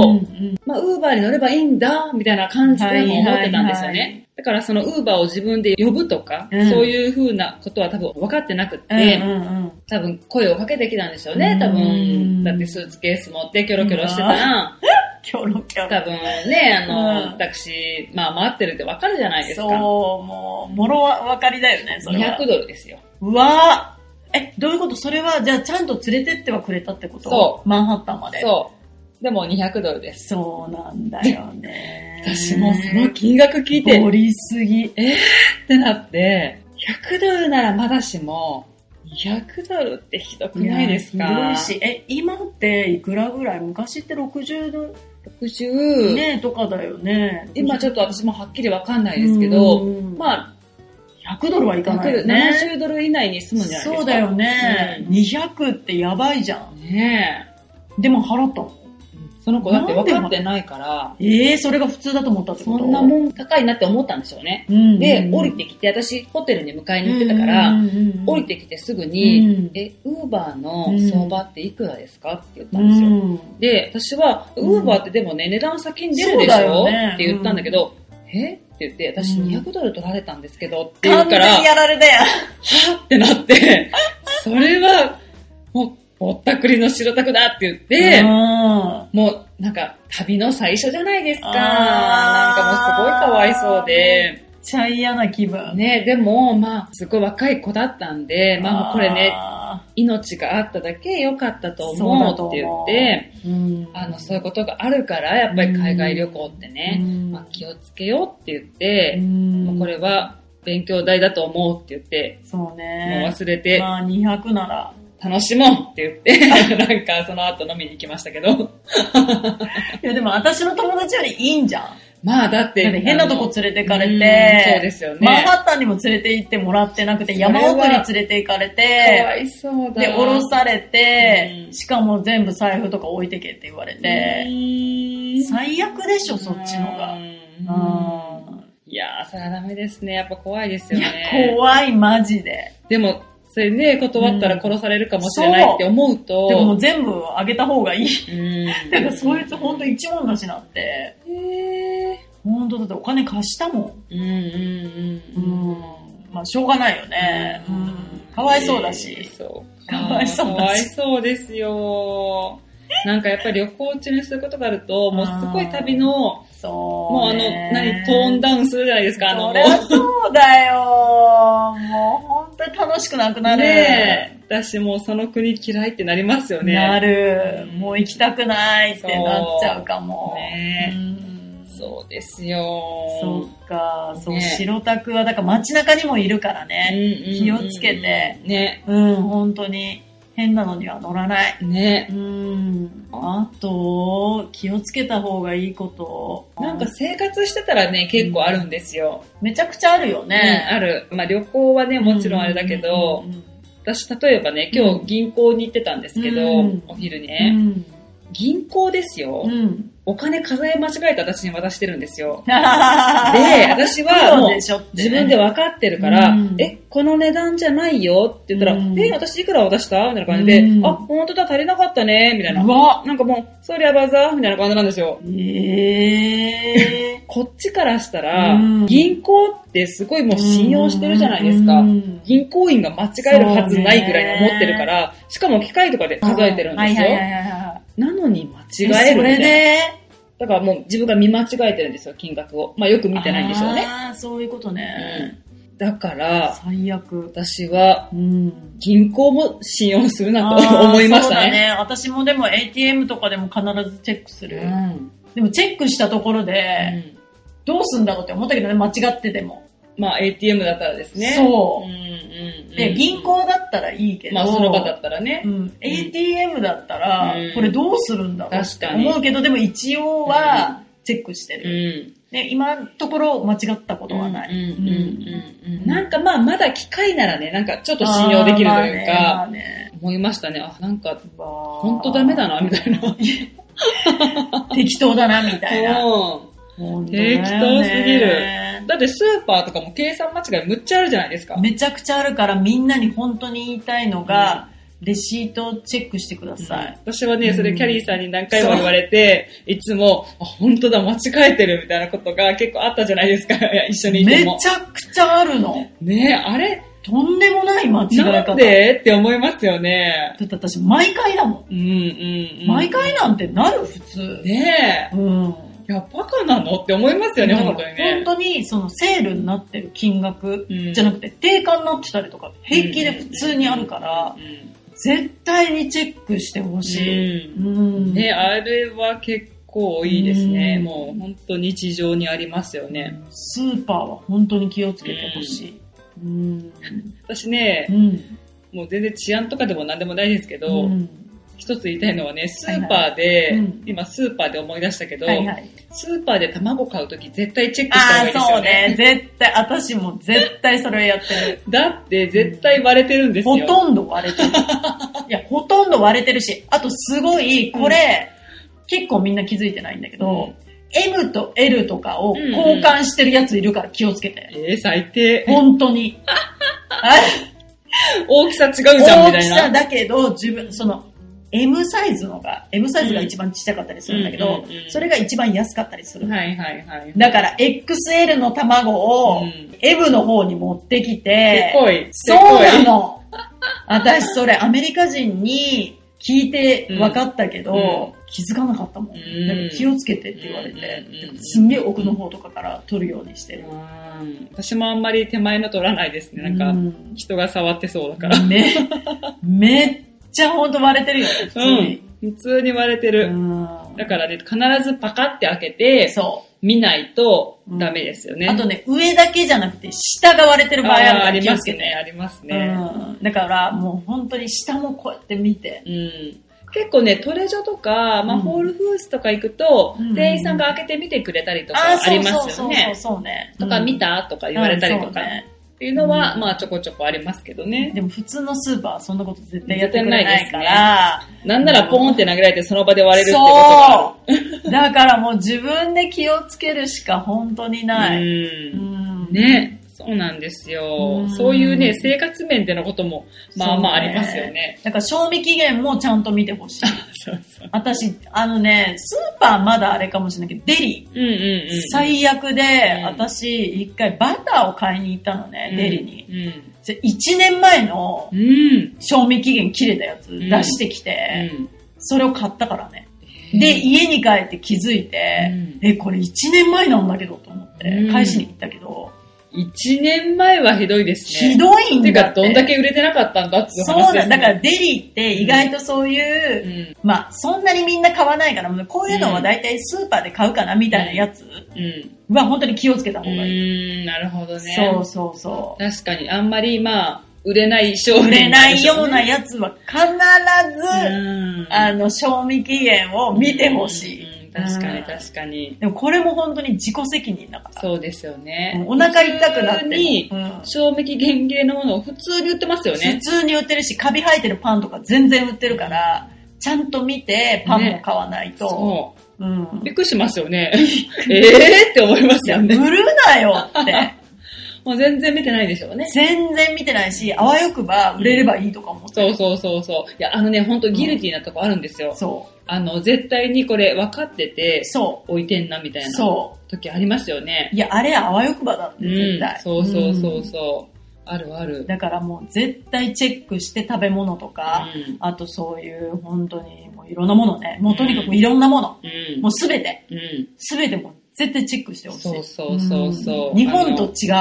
Speaker 1: まあ、ウーバーに乗ればいいんだ、みたいな感じでも思ってたんですよね。
Speaker 2: はいはいはい
Speaker 1: だから、そのウーバーを自分で呼ぶとか、
Speaker 2: うん
Speaker 1: そういうふうなことは多分分かってなくって、多分声をかけてきたんでしょうね、多
Speaker 2: うん
Speaker 1: 分。だってスーツケース持ってキョロキョロしてたら、
Speaker 2: キョロキョロ。
Speaker 1: 多分ね、あの、
Speaker 2: うん
Speaker 1: 私、まあ回ってるって分かるじゃないです
Speaker 2: そう、
Speaker 1: か。
Speaker 2: もう、もろわかりだよね、それは。
Speaker 1: 200ドルですよ。
Speaker 2: うわーえ、どういうことそれは、じゃあちゃんと連れてってはくれたってこと。
Speaker 1: そう
Speaker 2: マンハッタンまで。
Speaker 1: そう。でも200ドルです。
Speaker 2: そうなんだよね。
Speaker 1: 私もその金額聞いて、
Speaker 2: 盛りすぎ。
Speaker 1: ってなって、100ドルならまだしも、200ドルってひどくないですか
Speaker 2: ひどいし、え、今っていくらぐらい昔って60ドル
Speaker 1: 60、
Speaker 2: ねとかだよね。
Speaker 1: 今ちょっ
Speaker 2: と
Speaker 1: と私もはっきりわかんないですけど、、
Speaker 2: まあ、
Speaker 1: ま
Speaker 2: 100ドルはい
Speaker 1: あ、
Speaker 2: かないよね。
Speaker 1: 70ドル以内に済むんじゃないですか。
Speaker 2: そうだよね。
Speaker 1: うん
Speaker 2: 200ってやばいじゃん。
Speaker 1: ね
Speaker 2: でも払ったの
Speaker 1: え。その子だって分かってないから、
Speaker 2: ええそれが普通だと思ったってこ
Speaker 1: そ
Speaker 2: と
Speaker 1: んなもん高いなって思ったんでしょうね。
Speaker 2: うんうんうん
Speaker 1: で、降りてきて、私ホテルに迎えに行ってたから、、降り
Speaker 2: て
Speaker 1: てきてすぐに、
Speaker 2: うん
Speaker 1: え、ウーバーの相場っていくらですかって言ったんですよ。
Speaker 2: うん
Speaker 1: で、私は、ウーバーってでもね、値段先に出るで
Speaker 2: そう
Speaker 1: し
Speaker 2: だよ
Speaker 1: ょ、
Speaker 2: ね
Speaker 1: って言ったんだけど、えって言って、私
Speaker 2: うん
Speaker 1: 200ドル取られたんですけどって言う
Speaker 2: 完
Speaker 1: か
Speaker 2: 全
Speaker 1: ら、
Speaker 2: に
Speaker 1: は
Speaker 2: やられたやん。
Speaker 1: ぁってなって、それは、もう、ぼったくりの白タクだって言って、
Speaker 2: うん
Speaker 1: もう、なんか、旅の最初じゃないですか。なん
Speaker 2: あー
Speaker 1: かもうすごいかわいそうで。
Speaker 2: めっちゃ嫌な気分。
Speaker 1: ね、でも、まあ、すごい若い子だったんで、まあもうこれね、
Speaker 2: あ
Speaker 1: 命があっただけ良かったと
Speaker 2: そうだと
Speaker 1: 思う
Speaker 2: 思う
Speaker 1: って言って、
Speaker 2: ー、うん
Speaker 1: あの、そういうことがあるから、やっぱり海外旅行って
Speaker 2: う
Speaker 1: ね、
Speaker 2: ん
Speaker 1: まあ、気をつけようって言って、もうこ
Speaker 2: こ
Speaker 1: れは勉強代だと思うって言って、
Speaker 2: そう
Speaker 1: もう
Speaker 2: ね。
Speaker 1: 忘れて
Speaker 2: まあ200なら、
Speaker 1: 楽しもうって言って、 なんかその後飲みに行きましたけど。
Speaker 2: いやでも私の友達よりいいんじゃん。
Speaker 1: まあだって
Speaker 2: だって、変なとこ連れて
Speaker 1: 行
Speaker 2: かれて、
Speaker 1: そうですよね。
Speaker 2: マンハッタンにも連れて行ってもらってなくて、
Speaker 1: それは
Speaker 2: 山奥に連れて行かれ
Speaker 1: かわ
Speaker 2: て、
Speaker 1: いそうだ。
Speaker 2: で、降ろされて、
Speaker 1: うん
Speaker 2: しかも全部財布とか置いてけって言われ
Speaker 1: う
Speaker 2: て、
Speaker 1: ーん
Speaker 2: 最悪でしょ、そっちのが。
Speaker 1: うんいやー、それはダメですね。やっぱ怖いです
Speaker 2: うん
Speaker 1: よ
Speaker 2: いや
Speaker 1: ね。
Speaker 2: 怖い、マジで。
Speaker 1: でも、それね、断ったら殺されるかもしれないって思うと、
Speaker 2: でももう全部あげた方がいい。
Speaker 1: うん
Speaker 2: だからそいつほんと一文なしなって。
Speaker 1: へ
Speaker 2: ほんとだってお金貸したも
Speaker 1: ーうんうん
Speaker 2: ん。う
Speaker 1: うんうん。
Speaker 2: ん。まあしょうがないよね。うん。かわいそうだし。
Speaker 1: そう
Speaker 2: かわいそうだし
Speaker 1: かわいそうですよ。なんかやっぱり旅行中にそういうことがあると、もうすごい旅の、
Speaker 2: そう。
Speaker 1: もうあの、何、トーン
Speaker 2: だ
Speaker 1: ダウンするじゃないですか、あの、
Speaker 2: そりゃそうだよ。もうほんとに楽しくなくなる。
Speaker 1: ねえ。私もうその国嫌いってなりますよね。
Speaker 2: なる。もう行きたくないってなっちゃうかも。
Speaker 1: ねえ
Speaker 2: うん
Speaker 1: そうですよ。
Speaker 2: そっか。そう、
Speaker 1: ね
Speaker 2: 白タクは、だから街中にもいるから
Speaker 1: うん
Speaker 2: ね。
Speaker 1: うんうん
Speaker 2: 気をつけて
Speaker 1: ね。
Speaker 2: うん、本当に。変なのには乗らない。
Speaker 1: ね。
Speaker 2: うん。あと、気をつけた方がいいこと。
Speaker 1: なんか生活してたらね、結構あるんですよ。
Speaker 2: めちゃくちゃあるよ
Speaker 1: うん
Speaker 2: ね。
Speaker 1: ある。まあ旅行はね、もちろんあれだけど、私例えばね、今日銀行に行ってたんですけど
Speaker 2: うん、
Speaker 1: お昼
Speaker 2: うん、う
Speaker 1: ね。
Speaker 2: ん。
Speaker 1: 銀行ですよ
Speaker 2: う。ん。
Speaker 1: お金数え間違えた私に渡してるんですよ。
Speaker 2: で、
Speaker 1: で、 私
Speaker 2: 私
Speaker 1: はもう
Speaker 2: でしょってね
Speaker 1: 自分で分かってるから、
Speaker 2: うん
Speaker 1: え、この値段じゃないよって言ったら、
Speaker 2: うん
Speaker 1: え、私いくら渡したみたいな感じで、
Speaker 2: うん
Speaker 1: あ、本当だ、足りなかったね、みたいな
Speaker 2: う。わ
Speaker 1: なんかもう、そりゃバザーみたいな感じなんですよ。
Speaker 2: ええ
Speaker 1: こっちからしたら、
Speaker 2: うん
Speaker 1: 銀行ってすごいもう信用してるじゃないですか。
Speaker 2: うん
Speaker 1: 銀行員が間違えるはずないぐらいに思ってるから、しかも機械とかで数えてるんですよ。
Speaker 2: はいはいはいはいは
Speaker 1: なのに間
Speaker 2: い
Speaker 1: 違える
Speaker 2: そ
Speaker 1: みた
Speaker 2: れ
Speaker 1: いな。
Speaker 2: で、
Speaker 1: だからもう自分が見間違えてるんですよ、金額を。まあよく見てないんでしょうね。
Speaker 2: ああ、そういうことね。
Speaker 1: うんだから、
Speaker 2: 最悪。
Speaker 1: 私は
Speaker 2: うん。
Speaker 1: 銀行も信用するなと 思いました
Speaker 2: あーそ
Speaker 1: ね。
Speaker 2: うだね。私もでも ATM とかでも必ずチェックする。
Speaker 1: うん
Speaker 2: でもチェックしたところで、
Speaker 1: うん
Speaker 2: どうすんだろうって思ったけどね、間違ってても。
Speaker 1: まあ ATM だったらですね。
Speaker 2: そううん
Speaker 1: うんうん
Speaker 2: で、銀行だったらいいけど、
Speaker 1: まあその場だったらね
Speaker 2: う。ん、ATM だったら
Speaker 1: うん、
Speaker 2: これどうするんだろうっ
Speaker 1: 確
Speaker 2: て
Speaker 1: かに
Speaker 2: 思うけど、でも一応はチェックして
Speaker 1: う
Speaker 2: る。
Speaker 1: ん。
Speaker 2: で、今のところ間違ったことはない。
Speaker 1: うんうんうんうん
Speaker 2: うん
Speaker 1: なんかまあまだ機械ならね、なんかちょっと信用できるという
Speaker 2: あ
Speaker 1: か、
Speaker 2: ーまあね
Speaker 1: 思いましたね。あ、なんか
Speaker 2: まあね
Speaker 1: 本当ダメだな、みたいな。
Speaker 2: 適当だな、みた いな。
Speaker 1: うん
Speaker 2: 本当だよね
Speaker 1: 適当すぎるだってスーパーとかも計算間違いむっちゃあるじゃないですか。
Speaker 2: めちゃくちゃあるからみんなに本当に言いたいのが、レシートをチェックしてください。
Speaker 1: 私はね、
Speaker 2: うん
Speaker 1: それキャリーさんに何回も言われて、いつも、あ、本当だ、間違えてるみたいなことが結構あったじゃないですか、い や一緒にい
Speaker 2: め
Speaker 1: て
Speaker 2: ち
Speaker 1: も。
Speaker 2: ゃくちゃあるの。
Speaker 1: ねえ、あれ、
Speaker 2: とんでもない間違い方。
Speaker 1: なんでって思いますよね。
Speaker 2: だって私毎回だもん。
Speaker 1: うんうんうん。
Speaker 2: 毎回なんてなる普通。
Speaker 1: ね
Speaker 2: うん。
Speaker 1: え、いや、バカなのって思いますよね、
Speaker 2: だから
Speaker 1: 本当にね。
Speaker 2: 本当にそのセールになってる金額
Speaker 1: うん
Speaker 2: じゃなくて定価になってたりとか平気で普通にあるから、
Speaker 1: うん
Speaker 2: 絶対にチェックしてほしい。うん。
Speaker 1: ねえ、あれは結構多いですね。
Speaker 2: うん
Speaker 1: もう本当日常にありますよね。
Speaker 2: スーパーは本当に気をつけてほしい。うん。
Speaker 1: 私ね
Speaker 2: う、ん。
Speaker 1: もう全然治安とかでも何でもないですけど、
Speaker 2: うん
Speaker 1: 一つ言いたいのはね、スーパーで、
Speaker 2: はいはいうん
Speaker 1: 今スーパーで思い出したけど、
Speaker 2: はいはい。
Speaker 1: スーパーで卵買うとき絶対チェックした方
Speaker 2: あ
Speaker 1: がい
Speaker 2: あ、
Speaker 1: いです
Speaker 2: そ
Speaker 1: よ
Speaker 2: う
Speaker 1: ね。
Speaker 2: ね。絶対、私も絶対それやってる。
Speaker 1: だって絶対割れてるんですよ。
Speaker 2: ほ とんど割れてる。いや、ほとんど割れてるし、あとすごい、これ、結構みんな気づいてないんだけど、M と L とかを交換してるやついるから気をつけて。
Speaker 1: えー、最低。
Speaker 2: 本当 に。
Speaker 1: 大きさ違うじゃん、みたいな。
Speaker 2: 大きさだけど、自分、その、M サイズのが、M サイズが一番ちっちゃかったりするんだけど
Speaker 1: うんうんうんう、ん
Speaker 2: それが一番安かったりする。
Speaker 1: はいはいはい。
Speaker 2: だから、XL の卵を
Speaker 1: うん
Speaker 2: M の方に持ってき
Speaker 1: せ
Speaker 2: て、
Speaker 1: こい。
Speaker 2: そうなの 私それアメリカ人に聞いて分かったけど、
Speaker 1: うん
Speaker 2: 気づかなかったもん。
Speaker 1: うん
Speaker 2: だから気をつけてって言われて
Speaker 1: うんうんう、ん
Speaker 2: すんげえ奥の方とかから取るようにして
Speaker 1: せ
Speaker 2: る。
Speaker 1: こいうん私もあんまり手前の取らないですね。な
Speaker 2: うん
Speaker 1: か、
Speaker 2: ん
Speaker 1: 人が触ってそうだから。
Speaker 2: めめっちゃほんと割れてるよね、普通に。
Speaker 1: 普通に割れてる。
Speaker 2: うん
Speaker 1: だからね、必ずパカって開けて、
Speaker 2: そ
Speaker 1: 見ないとダメですよ
Speaker 2: う。
Speaker 1: ね。
Speaker 2: あとね、上だけじゃなくて下が割れてる場合ある
Speaker 1: ー
Speaker 2: か
Speaker 1: あ
Speaker 2: ら
Speaker 1: り
Speaker 2: 気を
Speaker 1: ま
Speaker 2: つ
Speaker 1: す
Speaker 2: けて。
Speaker 1: ね、ありますね。
Speaker 2: うん、だからもう本当に下もこうやって見て。
Speaker 1: うん結構ね、トレジョとか、まあ、
Speaker 2: うん
Speaker 1: ホールフースとか行くと、
Speaker 2: うん
Speaker 1: 店員さんが開けてみてくれたりとかありますよ
Speaker 2: あーそうそうそう
Speaker 1: ね。
Speaker 2: そうね。
Speaker 1: とか、見たとか言われたりと
Speaker 2: うん
Speaker 1: か
Speaker 2: そうね
Speaker 1: っていうのは、
Speaker 2: うん
Speaker 1: まあ、ちょこちょこありますけどね。
Speaker 2: でも普通のスーパーはそんなこと絶対やってくれないから。
Speaker 1: なんならポーンって投げられてその場で割れるってことがある。
Speaker 2: そう。だからもう自分で気をつけるしか本当にない。
Speaker 1: う
Speaker 2: うんん。
Speaker 1: ね。そうなんですよ
Speaker 2: う。ん
Speaker 1: そういうね、生活面でのことも、まあまあありますよね。
Speaker 2: だから賞味期限もちゃんと見てほしい。
Speaker 1: そうそう。
Speaker 2: 私、あのね、スーパーまだあれかもしれないけど、デリー。
Speaker 1: うんうんうん。
Speaker 2: 最悪で、
Speaker 1: ん
Speaker 2: 私、一回バターを買いに行ったのね、デリーに。
Speaker 1: に。
Speaker 2: 1年前の
Speaker 1: うん。うん。
Speaker 2: 賞味期限切れたやつ出してきて、それを買ったからね。で、家に帰って気づいて、
Speaker 1: うん
Speaker 2: え、これ1年前なんだけどと思って
Speaker 1: う、ん
Speaker 2: 返しに行ったけど、
Speaker 1: 1年前はひどいですね。
Speaker 2: ひどいん
Speaker 1: て
Speaker 2: だ
Speaker 1: か、
Speaker 2: って。
Speaker 1: どんだけ売れてなかったんだっていう
Speaker 2: そ
Speaker 1: 話
Speaker 2: う
Speaker 1: で
Speaker 2: な
Speaker 1: す
Speaker 2: ん
Speaker 1: ね
Speaker 2: だから、デリーって意外とそういう、
Speaker 1: うん。
Speaker 2: まあ、そんなにみんな買わないから、こういうのは大体スーパーで買うかなみたいなやつ
Speaker 1: うん。
Speaker 2: は本当に気をつけた
Speaker 1: う
Speaker 2: 方がい
Speaker 1: ー
Speaker 2: い。
Speaker 1: ん、なるほどね。
Speaker 2: そうそうそ
Speaker 1: 確かに、あんまり、まあ、売れない商
Speaker 2: う。
Speaker 1: 品
Speaker 2: 売れないような
Speaker 1: や
Speaker 2: やつは必ず、
Speaker 1: うん。
Speaker 2: あの、賞味期限を見てほしい。
Speaker 1: うん確かに
Speaker 2: うん
Speaker 1: 確かに。
Speaker 2: でもこれも本当に自己責任だから。
Speaker 1: そうですよね。
Speaker 2: お腹痛くな
Speaker 1: 普
Speaker 2: って
Speaker 1: 通
Speaker 2: も
Speaker 1: に、
Speaker 2: うん
Speaker 1: 賞味期限切れのものを普通に売ってますよ
Speaker 2: 普
Speaker 1: ね。
Speaker 2: 通に売ってるし、カビ生えてるパンとか全然売ってるから、ちゃんと見てパンも買わないと。
Speaker 1: そうう。び
Speaker 2: ん。
Speaker 1: っくりしますよ ね。えーって思います
Speaker 2: いや、
Speaker 1: よ
Speaker 2: 売
Speaker 1: ね。
Speaker 2: るなよ って。
Speaker 1: もう全然見てないでしょうね。
Speaker 2: 全然見てないし、あわよくば売れればいいとか思って
Speaker 1: そう
Speaker 2: る。
Speaker 1: そうそうそう。いや、あのね、ほんとギルティなとこあるんですよ。
Speaker 2: そ
Speaker 1: あの、絶対にこれ分かってて
Speaker 2: う。、そ。
Speaker 1: 置いてんなみたいうな
Speaker 2: そ
Speaker 1: 時ありますよね
Speaker 2: う。。いや、あれあわよくばだって、
Speaker 1: う
Speaker 2: 絶
Speaker 1: ん
Speaker 2: 対。。
Speaker 1: そうそうそうんそう。あるある。
Speaker 2: だからもう絶対チェックして食べ物とか、
Speaker 1: うん
Speaker 2: あとそういう本当にもういろんなものね。もうとにかくいろんなもの。
Speaker 1: うん。
Speaker 2: もうすべて、
Speaker 1: うん。
Speaker 2: すべてもう絶対チェックしてほしい。
Speaker 1: そうそうそうそうん
Speaker 2: 日本と違う。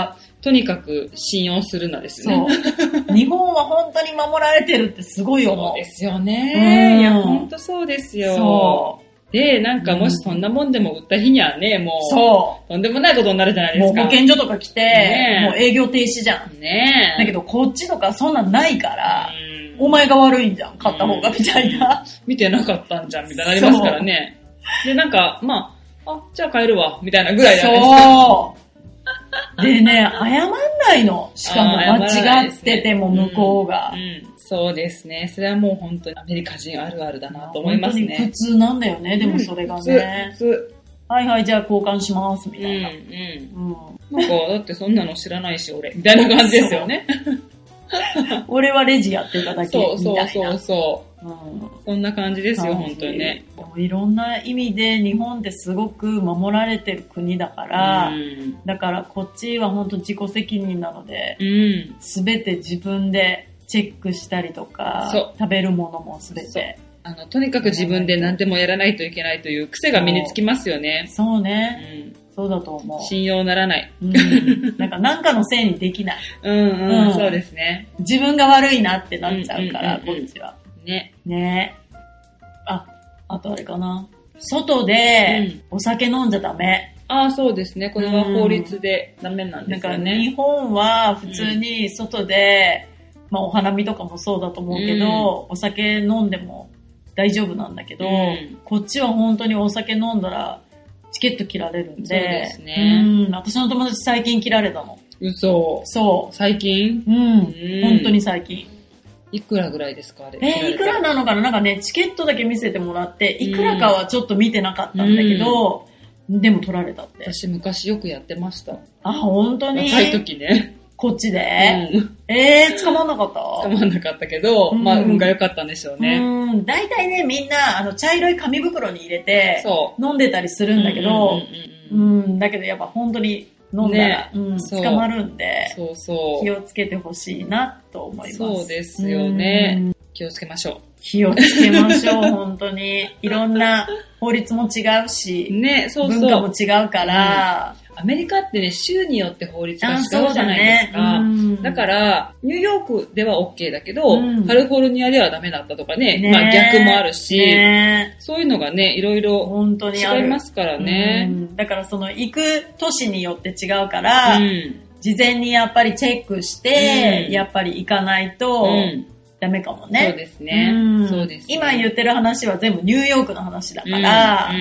Speaker 1: とにかく信用するなですね。
Speaker 2: そう。日本は本当に守られてるってすごい思
Speaker 1: そう
Speaker 2: う。
Speaker 1: ですよね。
Speaker 2: うん
Speaker 1: いや、ほんとそうですよ。
Speaker 2: そう。
Speaker 1: で、なんかもしそんなもんでも売った日にはね、もう、
Speaker 2: そ
Speaker 1: とんでもないことになるじゃない
Speaker 2: う。
Speaker 1: で
Speaker 2: もう
Speaker 1: すか。
Speaker 2: 保健所とか来て、
Speaker 1: ねえ
Speaker 2: もう営業停止じゃん。
Speaker 1: ねえ。
Speaker 2: だけどこっちとかそんなんないから、
Speaker 1: うん
Speaker 2: お前が悪いんじゃん、買った方がみたいな。
Speaker 1: 見てなかったんじゃん、みたいになりますからね。で、なんか、まあ、あ、じゃあ帰るわ、みたいなぐらいじゃないですか。
Speaker 2: そう。でね、謝んないの。しかも
Speaker 1: あー謝らな
Speaker 2: 間
Speaker 1: い
Speaker 2: 違
Speaker 1: で
Speaker 2: っ
Speaker 1: すね
Speaker 2: てても向こうが
Speaker 1: う。ん。そうですね。それはもう本当にアメリカ人あるあるだなと思います
Speaker 2: 本当に
Speaker 1: ね
Speaker 2: 普。通なんだよね、でもそれが
Speaker 1: 普
Speaker 2: ね。
Speaker 1: 通。
Speaker 2: はいはい、じゃあ交換します、み
Speaker 1: うん、う
Speaker 2: たいな。
Speaker 1: ん。
Speaker 2: うん
Speaker 1: なんか、だってそんなの知らないし、俺。みたいな感じですよね。
Speaker 2: 俺はレジやってただけみ
Speaker 1: そうそ
Speaker 2: た
Speaker 1: う
Speaker 2: いな。
Speaker 1: そうそう。
Speaker 2: うん
Speaker 1: そんな感じですよ、
Speaker 2: 感
Speaker 1: 本
Speaker 2: じ
Speaker 1: 当にね。。
Speaker 2: でもいろんな意味で日本ってすごく守られてる国だから、
Speaker 1: うん。
Speaker 2: だからこっちは本当自己責任なので、
Speaker 1: うん。
Speaker 2: すべて自分でチェックしたり
Speaker 1: そ
Speaker 2: と
Speaker 1: う
Speaker 2: か、食べるものもすべて。
Speaker 1: あの、とにかく自分で何でもやらないといけないという癖が身につきますよね。
Speaker 2: そう
Speaker 1: うん。
Speaker 2: ね、そうだと思う。
Speaker 1: 信用ならない。
Speaker 2: うん、なんかなんかのせいにできない。
Speaker 1: うんうん、
Speaker 2: うん
Speaker 1: そうですね。
Speaker 2: 自分が悪いなってなっちゃうから、
Speaker 1: うんうんうんうん
Speaker 2: こっちは。
Speaker 1: ね。
Speaker 2: ねあ、あとあれかな。外でお酒飲んじゃダメ。
Speaker 1: ああ、そうですね。これは法律でダメなん
Speaker 2: な
Speaker 1: で
Speaker 2: ん
Speaker 1: す
Speaker 2: か
Speaker 1: よ
Speaker 2: 日
Speaker 1: ね。
Speaker 2: 本は普通に外で、まあお花見とかもそうだと思うけど、
Speaker 1: うん
Speaker 2: お酒飲んでも大丈夫なんだけ
Speaker 1: う
Speaker 2: ど、
Speaker 1: ん
Speaker 2: こっちは本当にお酒飲んだらチケット切られるんで、
Speaker 1: そうですね
Speaker 2: うん、私の友達最近切られたの。
Speaker 1: 嘘。
Speaker 2: そ
Speaker 1: 最近
Speaker 2: う。うん、
Speaker 1: うん
Speaker 2: 本当に最近。
Speaker 1: いくらぐらいですかあれ。
Speaker 2: えーいくらなのかななんかね、チケットだけ見せてもらって、いくらかはちょっと見てなかったんだけど、でも取られたって。
Speaker 1: 私昔よくやってました。
Speaker 2: あ、本当に
Speaker 1: 若い時ね。
Speaker 2: こっちで、
Speaker 1: うん。
Speaker 2: えー、捕まんなかった
Speaker 1: 捕まんなかったけど、
Speaker 2: うん
Speaker 1: まあ運が良かったんでしょうね。
Speaker 2: うん、大体ね、みんな、あの、茶色い紙袋に入れて、
Speaker 1: そ
Speaker 2: 飲んでたりす
Speaker 1: う。
Speaker 2: るんだけ
Speaker 1: うん
Speaker 2: ど、
Speaker 1: う
Speaker 2: うん
Speaker 1: うんうん
Speaker 2: ん、だけどやっぱ本当に飲んだ
Speaker 1: ね
Speaker 2: ら、うん、
Speaker 1: そう
Speaker 2: 捕まるんで、
Speaker 1: そうそ
Speaker 2: 気
Speaker 1: う。
Speaker 2: をつけてほしいなと思います。
Speaker 1: そうですよね
Speaker 2: うん。
Speaker 1: 気をつけましょ
Speaker 2: 気をつけましょう、本当に。いろんな法律も違う
Speaker 1: う。
Speaker 2: し、
Speaker 1: ね、そう
Speaker 2: 文化
Speaker 1: そ
Speaker 2: も
Speaker 1: う。
Speaker 2: 違うから、
Speaker 1: アメリカってね、州によって法律が違
Speaker 2: あ
Speaker 1: うじ
Speaker 2: そ
Speaker 1: ゃ
Speaker 2: うだ
Speaker 1: ないで
Speaker 2: ね
Speaker 1: すか。
Speaker 2: うん
Speaker 1: だから、ニューヨークでは OK だけど、
Speaker 2: うん
Speaker 1: カリフォルニアではダメだったとかね、
Speaker 2: ね
Speaker 1: まあ逆もあるし、
Speaker 2: ね
Speaker 1: そういうのがね、いろいろ
Speaker 2: 本当にあ
Speaker 1: 違
Speaker 2: る。
Speaker 1: いますから
Speaker 2: う
Speaker 1: ね。
Speaker 2: んだからその行く都市によって違うか
Speaker 1: う
Speaker 2: ら、
Speaker 1: ん。
Speaker 2: 事前にやっぱりチェックして、
Speaker 1: うん
Speaker 2: やっぱり行かないと
Speaker 1: うん
Speaker 2: ダメかもね。
Speaker 1: そうですね
Speaker 2: うん。
Speaker 1: そうですね。
Speaker 2: 今言ってる話は全部ニューヨークの話だ
Speaker 1: う
Speaker 2: か
Speaker 1: ん
Speaker 2: ら、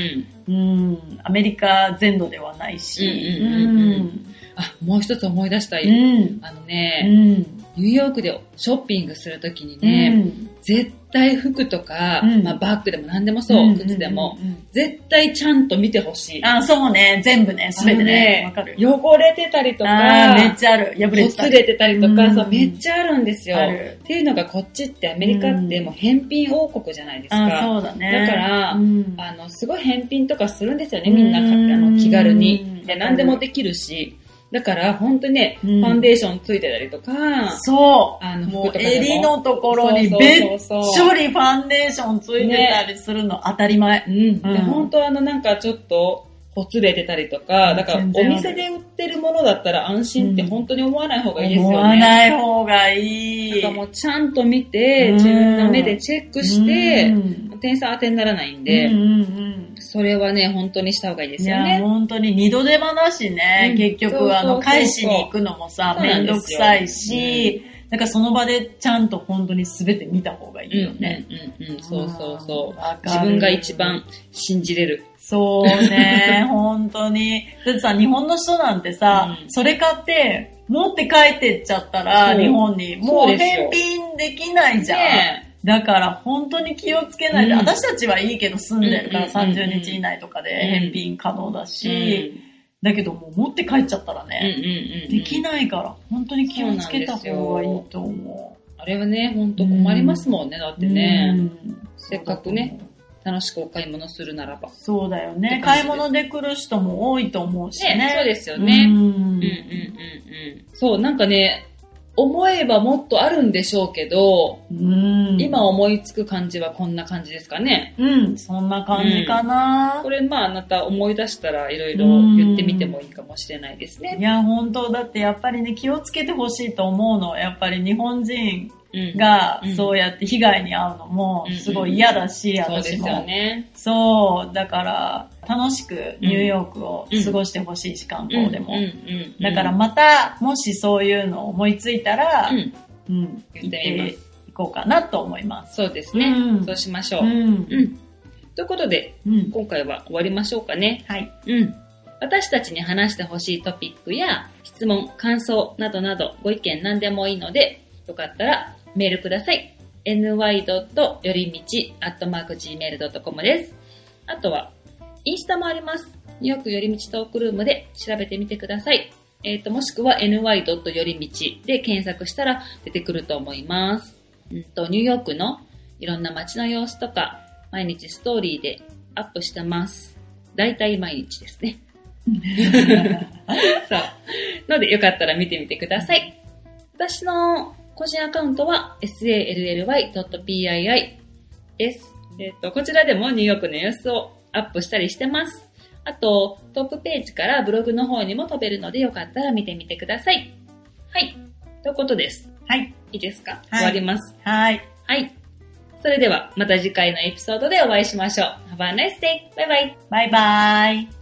Speaker 1: う
Speaker 2: うん
Speaker 1: ん
Speaker 2: アメリカ全土ではないし、
Speaker 1: うんうんあ、もう一つ思い出した
Speaker 2: うん
Speaker 1: い。
Speaker 2: うん
Speaker 1: あの
Speaker 2: う
Speaker 1: ね、
Speaker 2: ん
Speaker 1: ニューヨークでショッピングするときに
Speaker 2: う
Speaker 1: ね、
Speaker 2: ん
Speaker 1: 絶対服とか
Speaker 2: う、ん
Speaker 1: まあバッグでも何でもそう、靴でも、。
Speaker 2: うんうんうん
Speaker 1: 絶対ちゃんと見てほしい。
Speaker 2: あ、そうね、全部ね、すべてね、わかる。
Speaker 1: 汚れてたりと
Speaker 2: あ
Speaker 1: か、
Speaker 2: ーめっちゃある。破れ
Speaker 1: ほ
Speaker 2: てた
Speaker 1: つれてたりとか、
Speaker 2: うん
Speaker 1: そうめっちゃあるんですよ。
Speaker 2: あ
Speaker 1: っ
Speaker 2: る。
Speaker 1: ていうのがこっちってアメリカってもう返品王国じゃないです
Speaker 2: あ
Speaker 1: か。
Speaker 2: ーそうだね。
Speaker 1: だから
Speaker 2: うん
Speaker 1: あの、すごい返品とかするんですよね、みんな、あの気軽に。で、何でもできるし。だから、本当にね、
Speaker 2: う
Speaker 1: フ
Speaker 2: ん
Speaker 1: ァンデーションついてたりとか、
Speaker 2: そ
Speaker 1: あ
Speaker 2: う。
Speaker 1: の、
Speaker 2: も
Speaker 1: 服
Speaker 2: う
Speaker 1: とかでも。
Speaker 2: 襟のと
Speaker 1: と
Speaker 2: ころにべっ
Speaker 1: そう
Speaker 2: しょりファンデーションついてたりするの当たり前。
Speaker 1: うん。
Speaker 2: うん
Speaker 1: で、本当あの、なんかちょっと、ほつれてたりとか、だから
Speaker 2: 全、
Speaker 1: お
Speaker 2: 然ある
Speaker 1: 店で売ってるものだったら安心って
Speaker 2: うん
Speaker 1: 本当に思わない方がいいですよ
Speaker 2: 思
Speaker 1: ね。
Speaker 2: わない方がい
Speaker 1: なん
Speaker 2: い。
Speaker 1: かもうちゃんと見て、
Speaker 2: うん
Speaker 1: 自分の目でチェックして
Speaker 2: う、ん
Speaker 1: 店員さん当てにならないんで、
Speaker 2: うんうん
Speaker 1: それはね、本当にした方がいいで
Speaker 2: うん、い
Speaker 1: すよ
Speaker 2: や、
Speaker 1: ね。
Speaker 2: 本当に二度手間だしね、
Speaker 1: うんそ
Speaker 2: 結
Speaker 1: うそうそうそう
Speaker 2: 局、あの、返しに行くのもさ、
Speaker 1: そうな
Speaker 2: め
Speaker 1: ん
Speaker 2: ん
Speaker 1: ですよ
Speaker 2: どくさいし、なんかその場でちゃんと本当に全て見た方がいいよね。
Speaker 1: うんうんうん、そうそうそう。
Speaker 2: わかる
Speaker 1: 自分が一番信じれる。
Speaker 2: そう ね、本当に。だってさ、日本の人なんてさ、
Speaker 1: うん
Speaker 2: それ買って、持って帰ってっちゃったら、
Speaker 1: そう
Speaker 2: 日本に、も
Speaker 1: そう
Speaker 2: う
Speaker 1: ですよ
Speaker 2: 返品できないじゃん。
Speaker 1: ね
Speaker 2: だから本当に気をつけないで、
Speaker 1: うん
Speaker 2: 私たちはいいけど住んでるから
Speaker 1: うんうんうんうん
Speaker 2: 30日以内とかで返品可能だ
Speaker 1: うん
Speaker 2: し、だけどもう持って帰っちゃったら
Speaker 1: うんう
Speaker 2: ね、
Speaker 1: んうん。
Speaker 2: できないから本当に気をつけた方がいいと思う。
Speaker 1: あれはね、ほんと困りますもんね。だって
Speaker 2: う
Speaker 1: ね、
Speaker 2: ん
Speaker 1: せっかくね。楽しくお買い物するならば。
Speaker 2: そうだよ
Speaker 1: って感
Speaker 2: ね。
Speaker 1: じ
Speaker 2: 買
Speaker 1: です
Speaker 2: い物で来る人も多いと思うしね。
Speaker 1: ねそうですよね
Speaker 2: うん
Speaker 1: うんうんうんうん。そう、なんかね、思えばもっとあるんでしょうけど、
Speaker 2: うん
Speaker 1: 今思いつく感じはこんな感じですかね。
Speaker 2: うん、そんな感じかな
Speaker 1: こ。れまああなた思い出したらいろいろ言ってみてもいいかもしれないですね。
Speaker 2: いや、本当だってやっぱりね、気をつけてほしいと思うの。やっぱり日本人
Speaker 1: うん。
Speaker 2: が
Speaker 1: うん
Speaker 2: そうやって被害に遭うのも
Speaker 1: うん
Speaker 2: すごい嫌だし、
Speaker 1: そうで
Speaker 2: 私
Speaker 1: すよ
Speaker 2: も。
Speaker 1: ね。
Speaker 2: そう、だから楽しくニューヨークを過ごしてほしいし、観光でも。
Speaker 1: んんうん
Speaker 2: だからまた、もしそういうのを思いついたら、
Speaker 1: う
Speaker 2: うん
Speaker 1: ん、
Speaker 2: 行っていこうかなと思います。
Speaker 1: そうですね、
Speaker 2: うん
Speaker 1: そうしましょ
Speaker 2: う
Speaker 1: う、うん
Speaker 2: ん。
Speaker 1: ということで、
Speaker 2: うん。
Speaker 1: 今回は終わりましょうかね。
Speaker 2: はい。
Speaker 1: うん。私たちに話してほしいトピックや質問、感想などなどご意見何でもいいので、よかったらメールください。ny. よりみち .gmail.com です。あとは、インスタもあります。ニューヨークよりみちトークルームで調べてみてください。えっ、と、もしくは ny. よりみちで検索したら出てくると思います。うんと、ニューヨークのいろんな街の様子とか、毎日ストーリーでアップしてます。大体毎日です ね。そう。ので、よかったら見てみてください。私の個人アカウントは sally.pii です。えっ、と、こちらでもニューヨークの様子をアップしたりしてます。あと、トップページからブログの方にも飛べるので、よかったら見てみてください。はい。ということです。
Speaker 2: はい。
Speaker 1: いいですか、
Speaker 2: はい
Speaker 1: 終わります。
Speaker 2: はい。
Speaker 1: はい。それでは、また次回のエピソードでお会いしましょう。Have a nice day! バイバイ
Speaker 2: バイバイ。